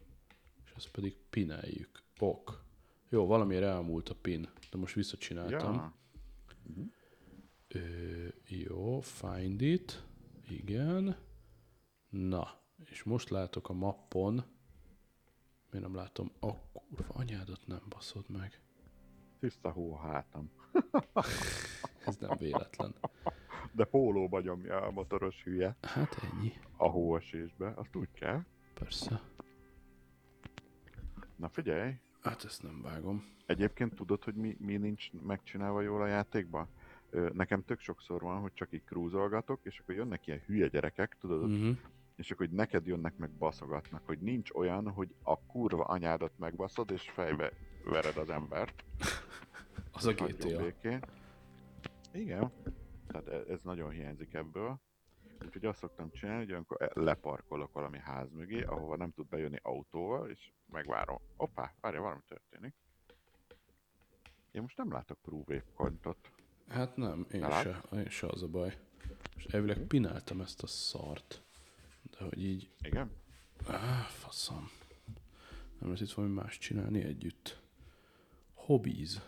Speaker 2: és ezt pedig pineljük, ok. Jó, valamiért elmúlt a pin, de most visszacsináltam.
Speaker 1: ja,
Speaker 2: Ö, jó, find it, igen. Na, és most látok a mappon. Miért nem látom? A kurva anyádat nem baszod meg.
Speaker 1: tiszta hó a hátam.
Speaker 2: Ez nem véletlen.
Speaker 1: De pólóba nyomja a motoros hülye
Speaker 2: Hát ennyi,
Speaker 1: a hóesésbe, azt úgy kell.
Speaker 2: persze.
Speaker 1: Na figyelj,
Speaker 2: Hát ezt nem vágom.
Speaker 1: Egyébként tudod, hogy mi, mi nincs megcsinálva jól a játékba? Ö, Nekem tök sokszor van, hogy csak így krúzolgatok, és akkor jönnek ilyen hülye gyerekek, tudod, mm.
Speaker 2: Mhm.
Speaker 1: és akkor hogy neked jönnek meg baszogatnak, hogy nincs olyan, hogy a kurva anyádat megbaszod, és fejbe vered az embert.
Speaker 2: Az a
Speaker 1: Hagyjon
Speaker 2: GTA.
Speaker 1: békén. Igen. Tehát e- ez nagyon hiányzik ebből. Úgyhogy azt szoktam csinálni, hogy olyankor e- leparkolok valami ház mögé, ahova nem tud bejönni autóval, és megvárom. Opa, várja, valami történik. Én most nem látok crew waypointot.
Speaker 2: Hát nem, én
Speaker 1: Talán?
Speaker 2: se, én se az a baj. Most elvileg pináltam ezt a szart. De hogy így,
Speaker 1: Igen?
Speaker 2: áh, faszom. Nem lesz itt valami más csinálni együtt. Hobbies.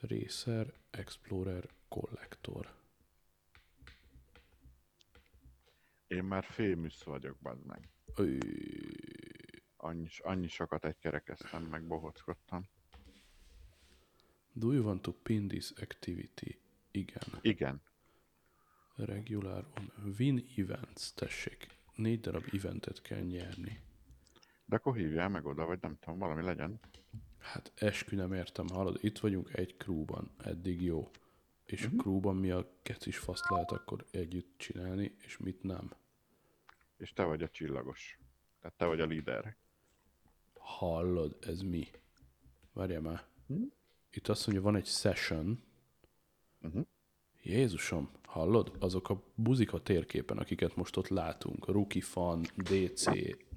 Speaker 2: Racer, Explorer, Collector.
Speaker 1: Én már féműsz vagyok, bazd meg.
Speaker 2: Ő,
Speaker 1: Annyi, annyi sokat egykerekeztem, meg bohockodtam.
Speaker 2: do you want to pin this activity? Igen.
Speaker 1: Igen.
Speaker 2: Regular on. Win events, tessék. Négy darab eventet kell nyerni.
Speaker 1: De akkor hívjál meg oda, vagy nem tudom, valami legyen.
Speaker 2: Hát eskü nem értem, hallod, itt vagyunk egy krúban, eddig jó. És
Speaker 1: Mhm.
Speaker 2: mm-hmm. krúban mi a kecis faszt lehet akkor együtt csinálni, és mit nem.
Speaker 1: És te vagy a csillagos. Tehát te vagy a líder.
Speaker 2: Hallod, ez mi? Várjál már. Itt azt mondja, van egy session.
Speaker 1: Mhm.
Speaker 2: Jézusom, hallod? Azok a buzik a térképen, akiket most ott látunk. Rookie Fan, DC,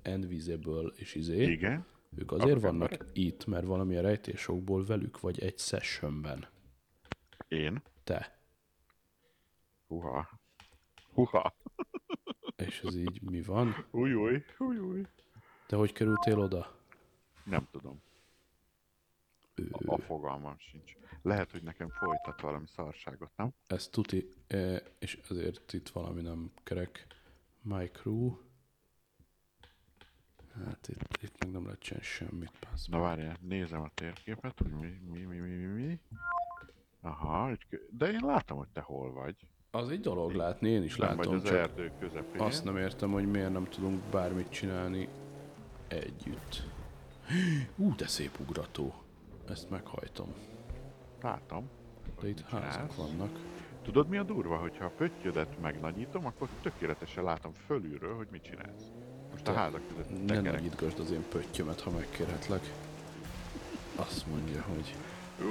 Speaker 2: Invisible és izé.
Speaker 1: Igen?
Speaker 2: Ők azért vannak itt, mert valamilyen rejtésokból velük vagy egy sessionben.
Speaker 1: Én?
Speaker 2: Te.
Speaker 1: Huha. Huha.
Speaker 2: És ez így mi van?
Speaker 1: Újúj, újúj.
Speaker 2: De hogy kerültél oda?
Speaker 1: Nem tudom.
Speaker 2: Ő,
Speaker 1: A, a fogalmam sincs. Lehet, hogy nekem folytat valami szarságot, nem?
Speaker 2: ez tuti, eh, és ezért itt valami nem kerek. My crew. Hát itt, itt meg nem lehet csinálni semmit, pász.
Speaker 1: Na várjál, nézem a térképet, hogy mi, mi, mi, mi, mi, mi. Aha, egy kö- de én látom, hogy te hol vagy.
Speaker 2: Az egy dolog látni, én is
Speaker 1: nem vagy
Speaker 2: látom,
Speaker 1: az
Speaker 2: csak
Speaker 1: erdő közepén.
Speaker 2: azt nem értem, hogy miért nem tudunk bármit csinálni együtt. Ú, de szép ugrató. Ezt meghajtom.
Speaker 1: Látom.
Speaker 2: De itt házak vannak.
Speaker 1: Tudod mi a durva, hogyha a pöttyödet megnagyítom, akkor tökéletesen látom fölülről, hogy mit csinálsz. Most a
Speaker 2: Te-
Speaker 1: házak között
Speaker 2: Ne
Speaker 1: tekerek.
Speaker 2: nagyítgasd az én pöttyömet, ha megkérhetlek. Azt mondja, hogy...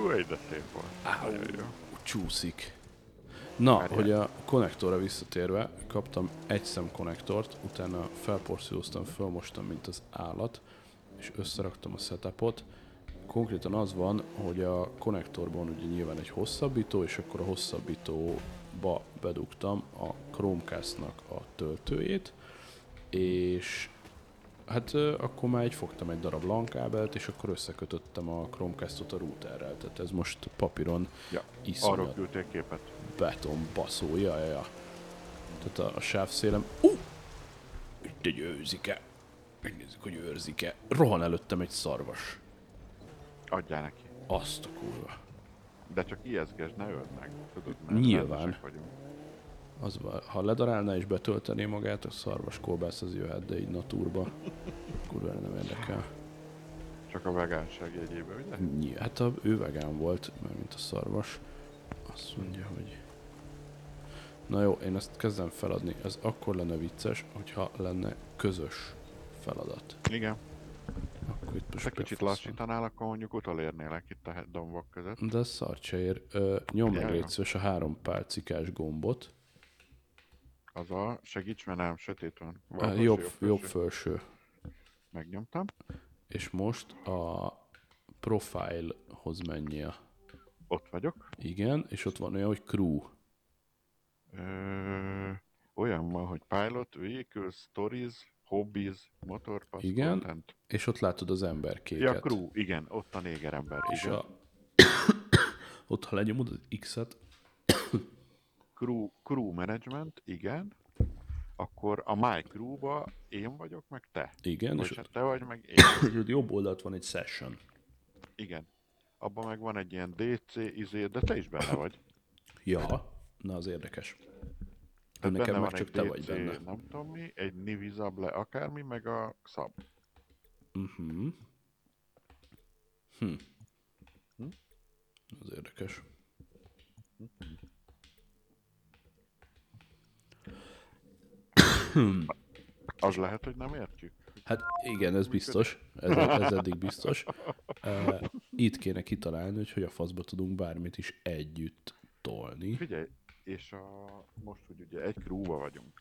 Speaker 1: Új, de szép volt. Nagyon jó.
Speaker 2: csúszik. Na,
Speaker 1: Várjál.
Speaker 2: hogy a konnektorra visszatérve, kaptam egy szem konnektort, utána felporszívóztam, fölmostam, mint az állat, és és összeraktam a setupot. Konkrétan az van, hogy a konnektorban ugye nyilván egy hosszabbító, és akkor a hosszabbítóba bedugtam a Chromecastnak a töltőjét, és hát ö, akkor már egy fogtam egy darab LAN kábelt, és akkor összekötöttem a Chromecastot a routerrel, tehát ez most papíron
Speaker 1: Ja,
Speaker 2: Iszonyat.
Speaker 1: arról küldték képet.
Speaker 2: beton baszó, ja, ja, ja. Tehát a, a sávszélem... Ú! Uh! Itt egy őzike. Megnézzük, hogy őrzik-e. Rohan előttem egy szarvas.
Speaker 1: Adjál neki.
Speaker 2: Azt a kurva.
Speaker 1: De csak ijeszgesd, ne öld meg. Tudod, mert
Speaker 2: Nyilván.
Speaker 1: rendesek vagyunk.
Speaker 2: Az, va- ha ledarálná és betöltené magát, a szarvas kolbász az jöhet, de így naturba. Kurvára nem érdekel.
Speaker 1: Csak a vegánság jegyében, ugye?
Speaker 2: Nyi- Hát a, ő vegán volt, mert mint a szarvas. Azt mondja, hogy... Na jó, én ezt kezdem feladni. Ez akkor lenne vicces, hogyha lenne közös feladat.
Speaker 1: Igen.
Speaker 2: Akkor itt most
Speaker 1: Te kicsit
Speaker 2: befaszom.
Speaker 1: lassítanál, akkor mondjuk utolérnélek itt a he- dombok között.
Speaker 2: De ez szar se ér. Ö, nyomd meg
Speaker 1: Jaj.
Speaker 2: légy szíves a három pálcikás gombot.
Speaker 1: Az a segíts, mert nem sötét van.
Speaker 2: Ö,
Speaker 1: Valós,
Speaker 2: jobb,
Speaker 1: felső.
Speaker 2: jobb felső.
Speaker 1: Megnyomtam.
Speaker 2: És most a profilhoz menjél.
Speaker 1: Ott vagyok.
Speaker 2: Igen, és ott van olyan, hogy crew.
Speaker 1: Ö, olyan van, hogy pilot, vehicles, stories, hobbies, motorpass,
Speaker 2: Igen.
Speaker 1: content.
Speaker 2: És ott látod az emberkéket.
Speaker 1: Ja, crew, igen, ott a néger ember.
Speaker 2: És
Speaker 1: Igen.
Speaker 2: a... ott, ha lenyomod az X-et,
Speaker 1: Crew, crew management, igen. Akkor a my crew-ba én vagyok, meg te.
Speaker 2: igen, és
Speaker 1: Vagy
Speaker 2: ott,
Speaker 1: hát te vagy, meg én.
Speaker 2: és ott jobb oldalt van egy session.
Speaker 1: Igen. Abban meg van egy ilyen DC izé, de te is benne vagy.
Speaker 2: Hát Ja, na az érdekes.
Speaker 1: Tehát
Speaker 2: Nekem
Speaker 1: Hát benne
Speaker 2: meg
Speaker 1: van
Speaker 2: csak
Speaker 1: egy
Speaker 2: te
Speaker 1: DC,
Speaker 2: vagy benne.
Speaker 1: nem tudom mi, egy Nivizable akármi, meg a Xab.
Speaker 2: Mhm. Hm. Az érdekes.
Speaker 1: Az lehet, hogy nem értjük.
Speaker 2: Hát igen, ez biztos. Ez, ez eddig biztos. Uh, itt kéne kitalálni, hogy hogy a faszba tudunk bármit is együtt tolni.
Speaker 1: Figyelj, és a, most, hogy ugye egy crew vagyunk.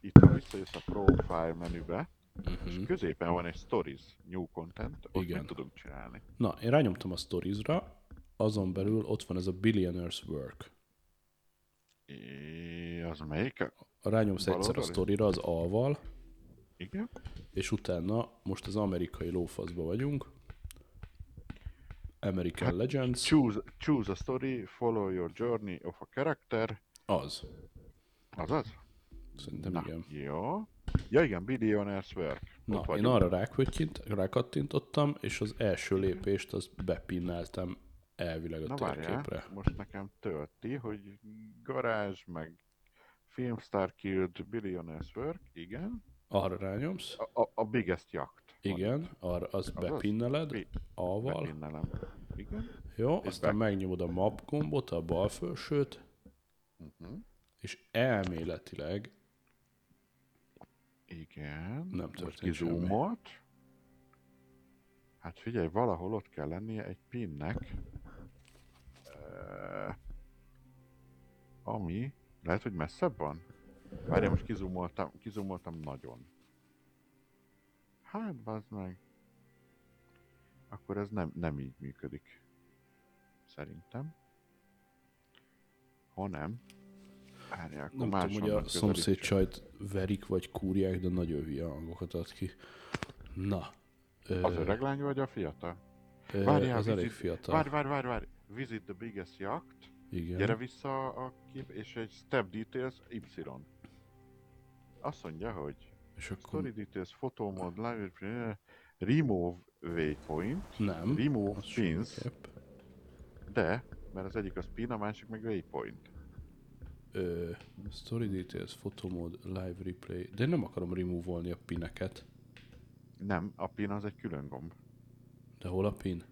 Speaker 1: Itt, ha visszajössz a profile menübe, uh-huh. és középen van egy stories, new content, ott
Speaker 2: Mhm. Igen.
Speaker 1: nem tudunk csinálni.
Speaker 2: Na, én rányomtam a storiesra, azon belül ott van ez a Billionaires Work.
Speaker 1: É, az melyik?
Speaker 2: Rányomsz egyszer a
Speaker 1: Baloldali?
Speaker 2: sztorira az A-val,
Speaker 1: Igen?
Speaker 2: és utána most az amerikai lófaszba vagyunk. American Legends.
Speaker 1: Choose, choose a story, follow your journey of a character.
Speaker 2: Az.
Speaker 1: Az az?
Speaker 2: Szerintem igen.
Speaker 1: Jó. Ja igen, Billionaire's Work.
Speaker 2: Na,
Speaker 1: Ott
Speaker 2: én
Speaker 1: vagyunk. Mhm.
Speaker 2: arra rákattyint, rákattintottam, és az első lépést azt bepinneltem elvileg a
Speaker 1: Na várjál,
Speaker 2: térképre.
Speaker 1: most nekem tölti, hogy garázs, meg Filmstar Killed, Billionaire's Work, igen.
Speaker 2: Arra rányomsz,
Speaker 1: A, a, a Biggest Yacht.
Speaker 2: igen, arra azt
Speaker 1: az?
Speaker 2: bepinneled,
Speaker 1: Mi?
Speaker 2: A-val,
Speaker 1: Bepinnelem. Igen.
Speaker 2: jó, aztán megnyomod a map gombot, a bal felsőt,
Speaker 1: Mhm.
Speaker 2: és elméletileg
Speaker 1: Igen.
Speaker 2: Nem
Speaker 1: Most
Speaker 2: történt semmi.
Speaker 1: kizoomolt. Hát figyelj, valahol ott kell lennie egy pinnek. Ö, Ami, lehet, hogy messzebb van? Várjál, most kizumoltam, kizumoltam nagyon. Hát, bazd meg. Akkor ez nem, nem így működik. Szerintem. Ha nem. Várjál, akkor
Speaker 2: nem tudom,
Speaker 1: máshonnan
Speaker 2: hogy a
Speaker 1: közelítsük.
Speaker 2: szomszédcsajt verik vagy kúrják, de nagyon hülye hangokat ad ki. Na, ö,
Speaker 1: Az öreg lány vagy a fiatal?
Speaker 2: ö,
Speaker 1: Várjál,
Speaker 2: az elég
Speaker 1: visit-
Speaker 2: fiatal.
Speaker 1: Várj, várj, várj, várj. Visit the biggest yacht. Gyere
Speaker 2: Igen.
Speaker 1: vissza a kép, és egy step details Y. Azt mondja, hogy
Speaker 2: És akkor
Speaker 1: story details, photo mode, live, eh, remove waypoint,
Speaker 2: nem.
Speaker 1: remove
Speaker 2: az
Speaker 1: pins,
Speaker 2: semmiképp.
Speaker 1: de, mert az egyik az pin, a másik meg waypoint.
Speaker 2: Ö, story details, fotomód, live replay, de én nem akarom remove-olni a pineket.
Speaker 1: Nem, a pin az egy külön gomb.
Speaker 2: De hol a pin?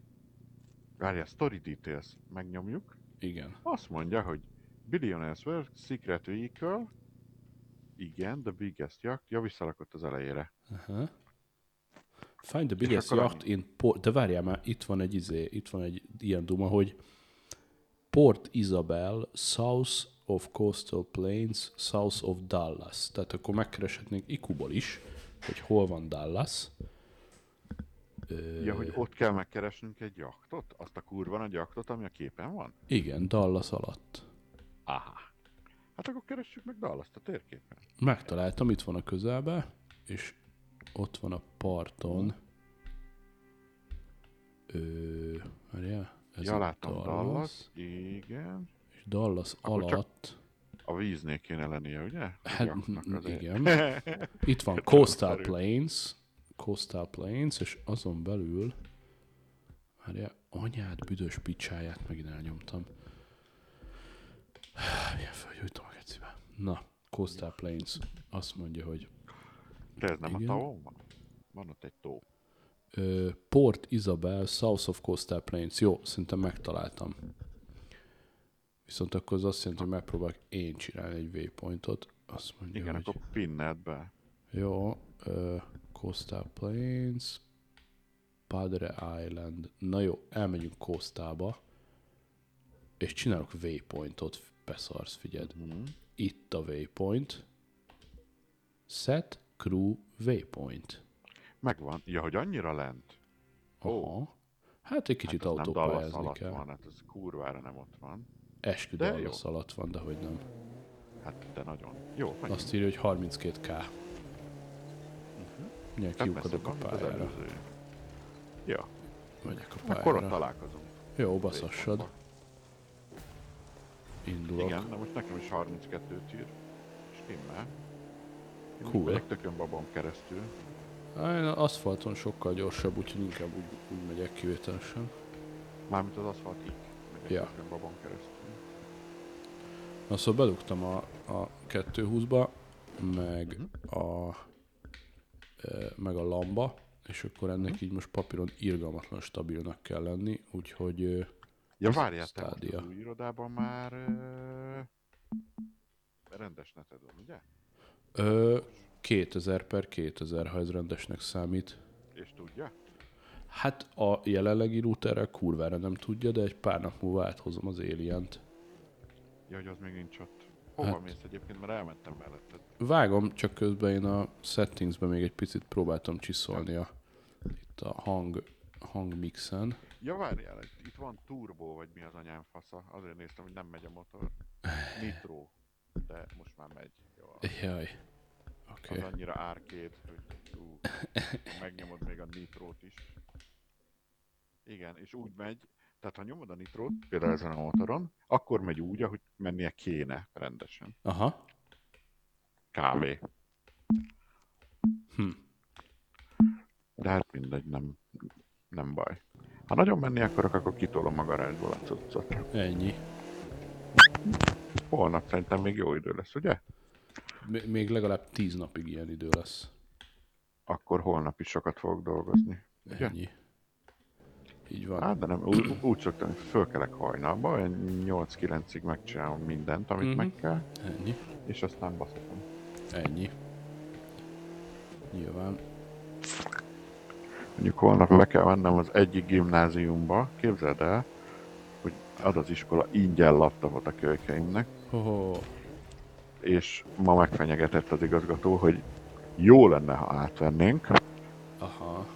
Speaker 1: Várjál, story details, megnyomjuk.
Speaker 2: Igen.
Speaker 1: Azt mondja, hogy Billionaire's World, Secret Vehicle, igen, The Biggest Yacht, ja, visszalakott az elejére.
Speaker 2: Aha. Find the biggest
Speaker 1: akkor
Speaker 2: yacht in port... De várjál már, itt van egy izé, itt van egy ilyen duma, hogy Port Isabel, South of Coastal Plains, South of Dallas. Tehát akkor megkereshetnénk IQ-ból is, hogy hol van Dallas.
Speaker 1: Ja, hogy ott kell megkeresnünk egy jaktot? Azt a kurva nagy jaktot, ami a képen van?
Speaker 2: Igen, Dallas alatt.
Speaker 1: Aha. Hát akkor keressük meg dallas a térképen.
Speaker 2: Megtaláltam, itt van a közelbe, és ott van a parton. Ö, várjál, ez
Speaker 1: ja,
Speaker 2: a
Speaker 1: látom
Speaker 2: Dallas,
Speaker 1: dallas. Igen.
Speaker 2: És Dallas
Speaker 1: Akkor csak-
Speaker 2: alatt...
Speaker 1: A víznél kéne lennie, ugye? A
Speaker 2: Hát,
Speaker 1: jachtnak
Speaker 2: m-
Speaker 1: azért.
Speaker 2: igen. Itt van Coastal Plains, Coastal Plains, és azon belül, várjál, anyád büdös picsáját megint elnyomtam. Milyen felgyújtom a gecibe. Na, Coastal Plains azt mondja, hogy
Speaker 1: De ez nem
Speaker 2: Igen.
Speaker 1: a tavon van? Van ott egy tó.
Speaker 2: ö, Port Isabel, South of Coastal Plains. Jó, szerintem megtaláltam. Viszont akkor az azt jelenti, hogy megpróbálok én csinálni egy waypointot. Azt mondja,
Speaker 1: Igen,
Speaker 2: hogy...
Speaker 1: akkor pinned be.
Speaker 2: Jó, uh, Costa Plains, Padre Island. Na jó, elmegyünk Costa-ba, és csinálok waypointot, beszarsz, figyeld.
Speaker 1: Mhm.
Speaker 2: Itt a waypoint. Set, crew, waypoint.
Speaker 1: Megvan. Ja, hogy annyira lent.
Speaker 2: Aha. Hát egy kicsit
Speaker 1: ez
Speaker 2: hát
Speaker 1: nem Dallas
Speaker 2: autópályázni
Speaker 1: alatt
Speaker 2: kell.
Speaker 1: van, hát ez kurvára nem ott van.
Speaker 2: Eskü
Speaker 1: De
Speaker 2: Dallas alatt van, de hogy nem.
Speaker 1: Hát de nagyon. Jó, menjünk.
Speaker 2: Azt írja, hogy 32k. Mindjárt
Speaker 1: Mhm. Nem messze
Speaker 2: kiukadok a
Speaker 1: van, mint az
Speaker 2: pályára.
Speaker 1: előző. Ja,
Speaker 2: Megyek a
Speaker 1: akkor ott
Speaker 2: pályára.
Speaker 1: találkozunk.
Speaker 2: Jó, baszassad. Indulok.
Speaker 1: Igen, de most nekem is 32-t ír. Stimmel. Én
Speaker 2: Cool.
Speaker 1: cool. megyek tökön babon keresztül.
Speaker 2: Á, Én aszfalton sokkal gyorsabb, úgyhogy inkább úgy, úgy megyek kivételesen.
Speaker 1: Mármint az aszfaltig. Megyek
Speaker 2: Ja.
Speaker 1: tökön babon keresztül.
Speaker 2: Na szóval bedugtam a, a 220-ba, meg a e, meg a lamba, és akkor ennek így most papíron irgalmatlan stabilnak kell lenni, úgyhogy ö,
Speaker 1: Ja, várjál, te most
Speaker 2: Stadia.
Speaker 1: az új irodában már... ö, rendes neted van, ugye?
Speaker 2: ö, 2000 per 2000, ha ez rendesnek számít.
Speaker 1: És tudja?
Speaker 2: Hát a jelenlegi routerrel kurvára nem tudja, de egy pár nap múlva áthozom az Alien-t.
Speaker 1: Ja, hogy az még nincs ott. Hova
Speaker 2: Hát-
Speaker 1: mész egyébként, mert elmentem melletted.
Speaker 2: Vágom, csak közben én a settingsben még egy picit próbáltam csiszolni a, itt a hang, hangmixen.
Speaker 1: Ja, várjál, itt- itt van turbo, vagy mi az anyám fasza. Azért néztem, hogy nem megy a motor. Nitro. De most már megy. Jó.
Speaker 2: Jaj. Oké.
Speaker 1: Az
Speaker 2: Okay.
Speaker 1: annyira árkét, hogy ú, megnyomod még a nitrót is. Igen, és úgy megy, tehát ha nyomod a nitrót, például ezen a motoron, akkor megy úgy, ahogy mennie kéne rendesen.
Speaker 2: Aha.
Speaker 1: Kávé.
Speaker 2: Hm.
Speaker 1: De hát mindegy, nem, nem baj. Ha nagyon menni akarok, akkor kitolom a garázsból a cuccot.
Speaker 2: Ennyi.
Speaker 1: Holnap szerintem még jó idő lesz, ugye?
Speaker 2: M- még legalább tíz napig ilyen idő lesz.
Speaker 1: Akkor holnap is sokat fogok dolgozni. Ugye?
Speaker 2: Ennyi. Így van.
Speaker 1: Hát, de nem, úgy, úgy szoktam, hogy fölkelek hajnalba, olyan 8-9-ig megcsinálom mindent, amit
Speaker 2: Mhm.
Speaker 1: meg kell,
Speaker 2: Ennyi.
Speaker 1: és aztán baszatom.
Speaker 2: Ennyi. Nyilván.
Speaker 1: Mondjuk holnap le kell mennem az egyik gimnáziumba, képzeld el, hogy ad az iskola ingyen laptopot a kölykeimnek,
Speaker 2: Hoho.
Speaker 1: és ma megfenyegetett az igazgató, hogy jó lenne, ha átvennénk,
Speaker 2: Aha.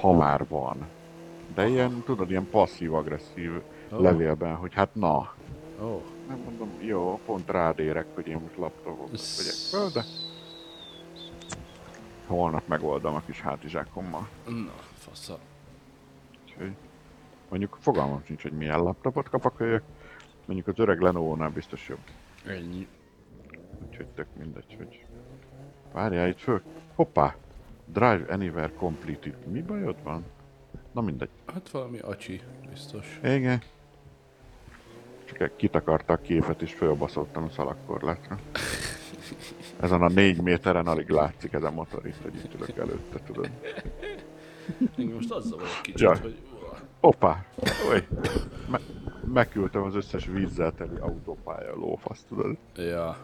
Speaker 1: ha már van. De ilyen, tudod, ilyen passzív-agresszív
Speaker 2: Ó.
Speaker 1: levélben, hogy hát na,
Speaker 2: Ó. Oh.
Speaker 1: nem mondom, jó, pont rád érek, hogy én most laptopot vegyek föl, de holnap megoldom a kis hátizsákommal.
Speaker 2: Na, fasza.
Speaker 1: Úgyhogy mondjuk fogalmam sincs, hogy milyen laptopot kap a kölyök. Mondjuk az öreg Lenovo-nál biztos jobb.
Speaker 2: Ennyi.
Speaker 1: Úgyhogy tök mindegy, hogy... Várjál itt föl. Hoppá! Drive Anywhere Completed. Mi bajod van? Na mindegy.
Speaker 2: Hát valami acsi, biztos.
Speaker 1: Igen. Csak egy- kitakarta a képet és fölbaszottam a szalagkorlátra. Ezen a négy méteren alig látszik ez a motor itt, hogy itt ülök előtte, tudod.
Speaker 2: Engem most azzal vagyok kicsit,
Speaker 1: Jaj.
Speaker 2: hogy...
Speaker 1: Hoppá! Oly. Me- megküldtem az összes vízzel teli autópálya lófasz, tudod?
Speaker 2: Ja.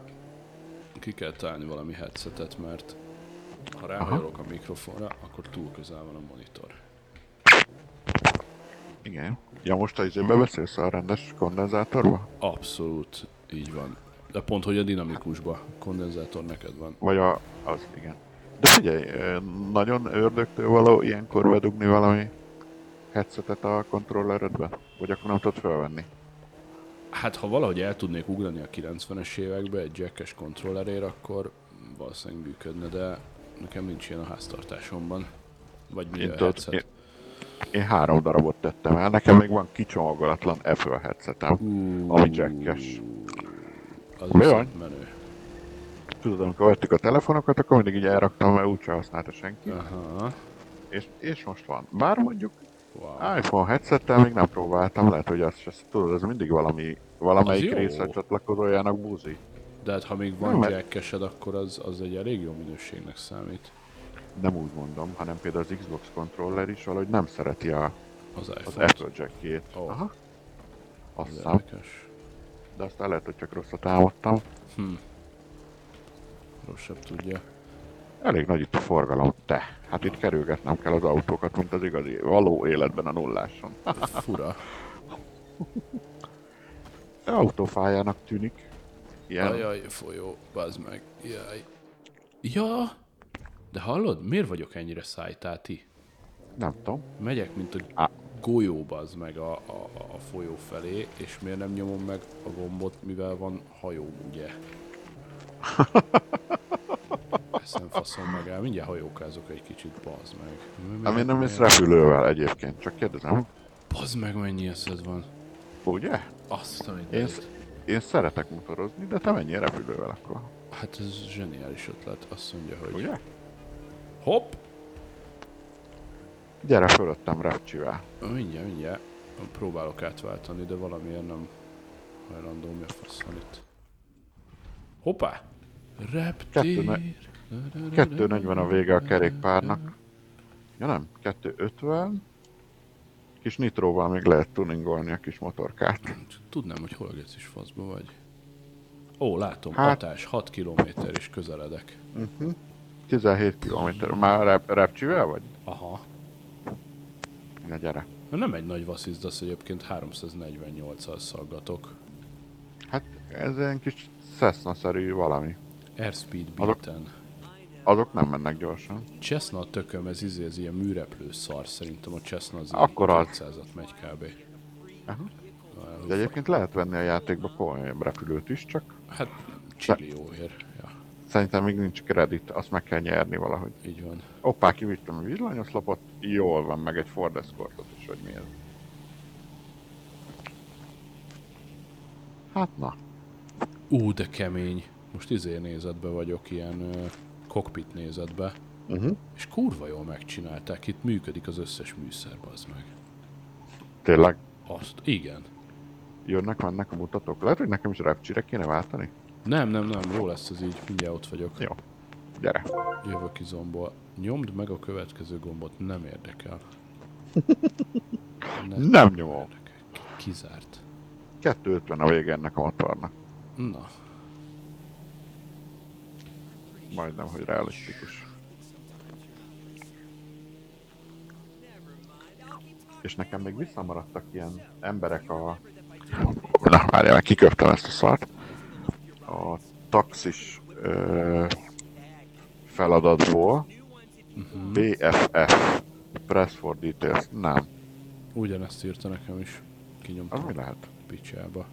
Speaker 2: Ki kell találni valami headsetet, mert ha ráhajolok a mikrofonra, akkor túl közel van a monitor.
Speaker 1: Igen. Ja, most az izébe beszélsz a rendes kondenzátorba?
Speaker 2: Abszolút, így van. De pont, hogy a dinamikusba. Kondenzátor neked van.
Speaker 1: Vagy a... az, igen. De figyelj, ö, nagyon ördögtől való ilyenkor bedugni valami headsetet a kontrolleredbe? Vagy akkor nem tudod felvenni?
Speaker 2: Hát ha valahogy el tudnék ugrani a 90-es évekbe egy jackes kontrollerért, akkor valószínűleg működne, de nekem nincs ilyen a háztartásomban. Vagy mi
Speaker 1: Én
Speaker 2: a
Speaker 1: tudod,
Speaker 2: headset.
Speaker 1: én- Én három darabot tettem el, nekem még van kicsomagolatlan Apple headsetem, ami jackes.
Speaker 2: Az
Speaker 1: Mi
Speaker 2: viszont
Speaker 1: van?
Speaker 2: menő.
Speaker 1: Tudod, amikor vettük a telefonokat, akkor mindig így elraktam, mert úgyse használta senki.
Speaker 2: Aha.
Speaker 1: És, és most van. Bár mondjuk
Speaker 2: Wow.
Speaker 1: iPhone headsettel még nem próbáltam, lehet, hogy azt se tudod, ez mindig valami,
Speaker 2: Az
Speaker 1: valamelyik
Speaker 2: jó.
Speaker 1: része csatlakozójának búzi.
Speaker 2: De hát ha még
Speaker 1: Nem,
Speaker 2: van
Speaker 1: mert-
Speaker 2: jackesed, akkor az, az egy elég jó minőségnek számít.
Speaker 1: Nem úgy mondom, hanem például az Xbox controller is valahogy nem szereti a,
Speaker 2: Az
Speaker 1: az
Speaker 2: iPhone.
Speaker 1: Apple jackjét.
Speaker 2: Ó.
Speaker 1: Aha. Azt
Speaker 2: Ez
Speaker 1: hiszem,
Speaker 2: érdekes.
Speaker 1: de aztán lehet, hogy csak rosszat álmodtam.
Speaker 2: Rosszabb tudja.
Speaker 1: Elég nagy itt a forgalom, te. Hát itt kerülgetnem kell az autókat, mint az igazi, való életben a nulláson. Hát, Ha,
Speaker 2: Fura.
Speaker 1: Autófájának tűnik. Ilyen,
Speaker 2: Ajaj, folyó, bazd meg. Jaj. Ja, de hallod, miért vagyok ennyire szájtáti?
Speaker 1: nem tudom.
Speaker 2: Megyek, mint a
Speaker 1: Á.
Speaker 2: golyó, bazd meg a, a, a folyó felé, és miért nem nyomom meg a gombot, mivel van hajóm, ugye? Eszem faszom meg el, mindjárt hajókázok egy kicsit, bazd meg.
Speaker 1: Nem, Hát, én nem is repülővel egyébként, csak kérdezem.
Speaker 2: Bazd meg, mennyi eszed van.
Speaker 1: Ugye?
Speaker 2: Azt, amit
Speaker 1: Én, sz- én szeretek motorozni, de te menjél repülővel akkor.
Speaker 2: Hát ez zseniális ötlet, azt mondja, hogy...
Speaker 1: Ugye?
Speaker 2: Hopp!
Speaker 1: Gyere fölöttem repcsivel.
Speaker 2: Mindjárt, mindjárt. Próbálok átváltani, de valamiért nem hajlandó, mi a fasz van itt. Hoppá! Reptér!
Speaker 1: Kettő 2.40 a vége a kerékpárnak. Ja nem, 2.50. Kis nitróval még lehet tuningolni a kis motorkát.
Speaker 2: Tudnám, hogy hol geci is faszba vagy. Ó, látom,
Speaker 1: Hát-
Speaker 2: hatás, 6 km és közeledek.
Speaker 1: 17 km. Már rep- repcsivel vagy?
Speaker 2: Aha.
Speaker 1: Na gyere.
Speaker 2: Nem egy nagy vasszizdasz egyébként, 348-al szaggatok.
Speaker 1: Hát ez ilyen kis Cessna-szerű valami.
Speaker 2: Airspeed
Speaker 1: Azok-
Speaker 2: beaten.
Speaker 1: Azok nem mennek gyorsan.
Speaker 2: Cessna a tököm, ez izé, ez ilyen műreplő szar, szerintem a Cessna az
Speaker 1: Akkor az.
Speaker 2: 200-at megy kb.
Speaker 1: Aha.
Speaker 2: Na,
Speaker 1: De egyébként lehet venni a játékba komolyabb repülőt is, csak
Speaker 2: Hát csillióért. Ja,
Speaker 1: szerintem még nincs kredit, azt meg kell nyerni valahogy.
Speaker 2: így van.
Speaker 1: Hoppá, kivittem a villányoszlopot, jól van, meg egy Ford Escortot is, hogy mi ez. Hát na,
Speaker 2: Ú, de kemény. Most izé nézetbe vagyok, ilyen ö, cockpit nézetbe.
Speaker 1: Mhm.
Speaker 2: És kurva jól megcsinálták, itt működik az összes műszer, bazd meg.
Speaker 1: tényleg
Speaker 2: Azt, igen.
Speaker 1: jönnek, mennek a mutatók. Lehet, hogy nekem is repcsire kéne váltani?
Speaker 2: Nem, nem, nem, jó lesz ez így, mindjárt ott vagyok.
Speaker 1: Jó. Gyere.
Speaker 2: Jövök izomból. Nyomd meg a következő gombot, nem érdekel. Nem
Speaker 1: Nem nyomom.
Speaker 2: érdekel. Ki- Kizárt.
Speaker 1: 250 a vége ennek a motornak.
Speaker 2: Na,
Speaker 1: Majdnem, hogy realisztikus. És nekem még visszamaradtak ilyen emberek a... Na, várjál, meg kiköptem ezt a szart. A taxis ö, feladatból. BFF. Press for details. Nem.
Speaker 2: ugyanezt írta nekem is.
Speaker 1: Az
Speaker 2: Kinyomtam
Speaker 1: mi
Speaker 2: a
Speaker 1: lehet?
Speaker 2: picsába.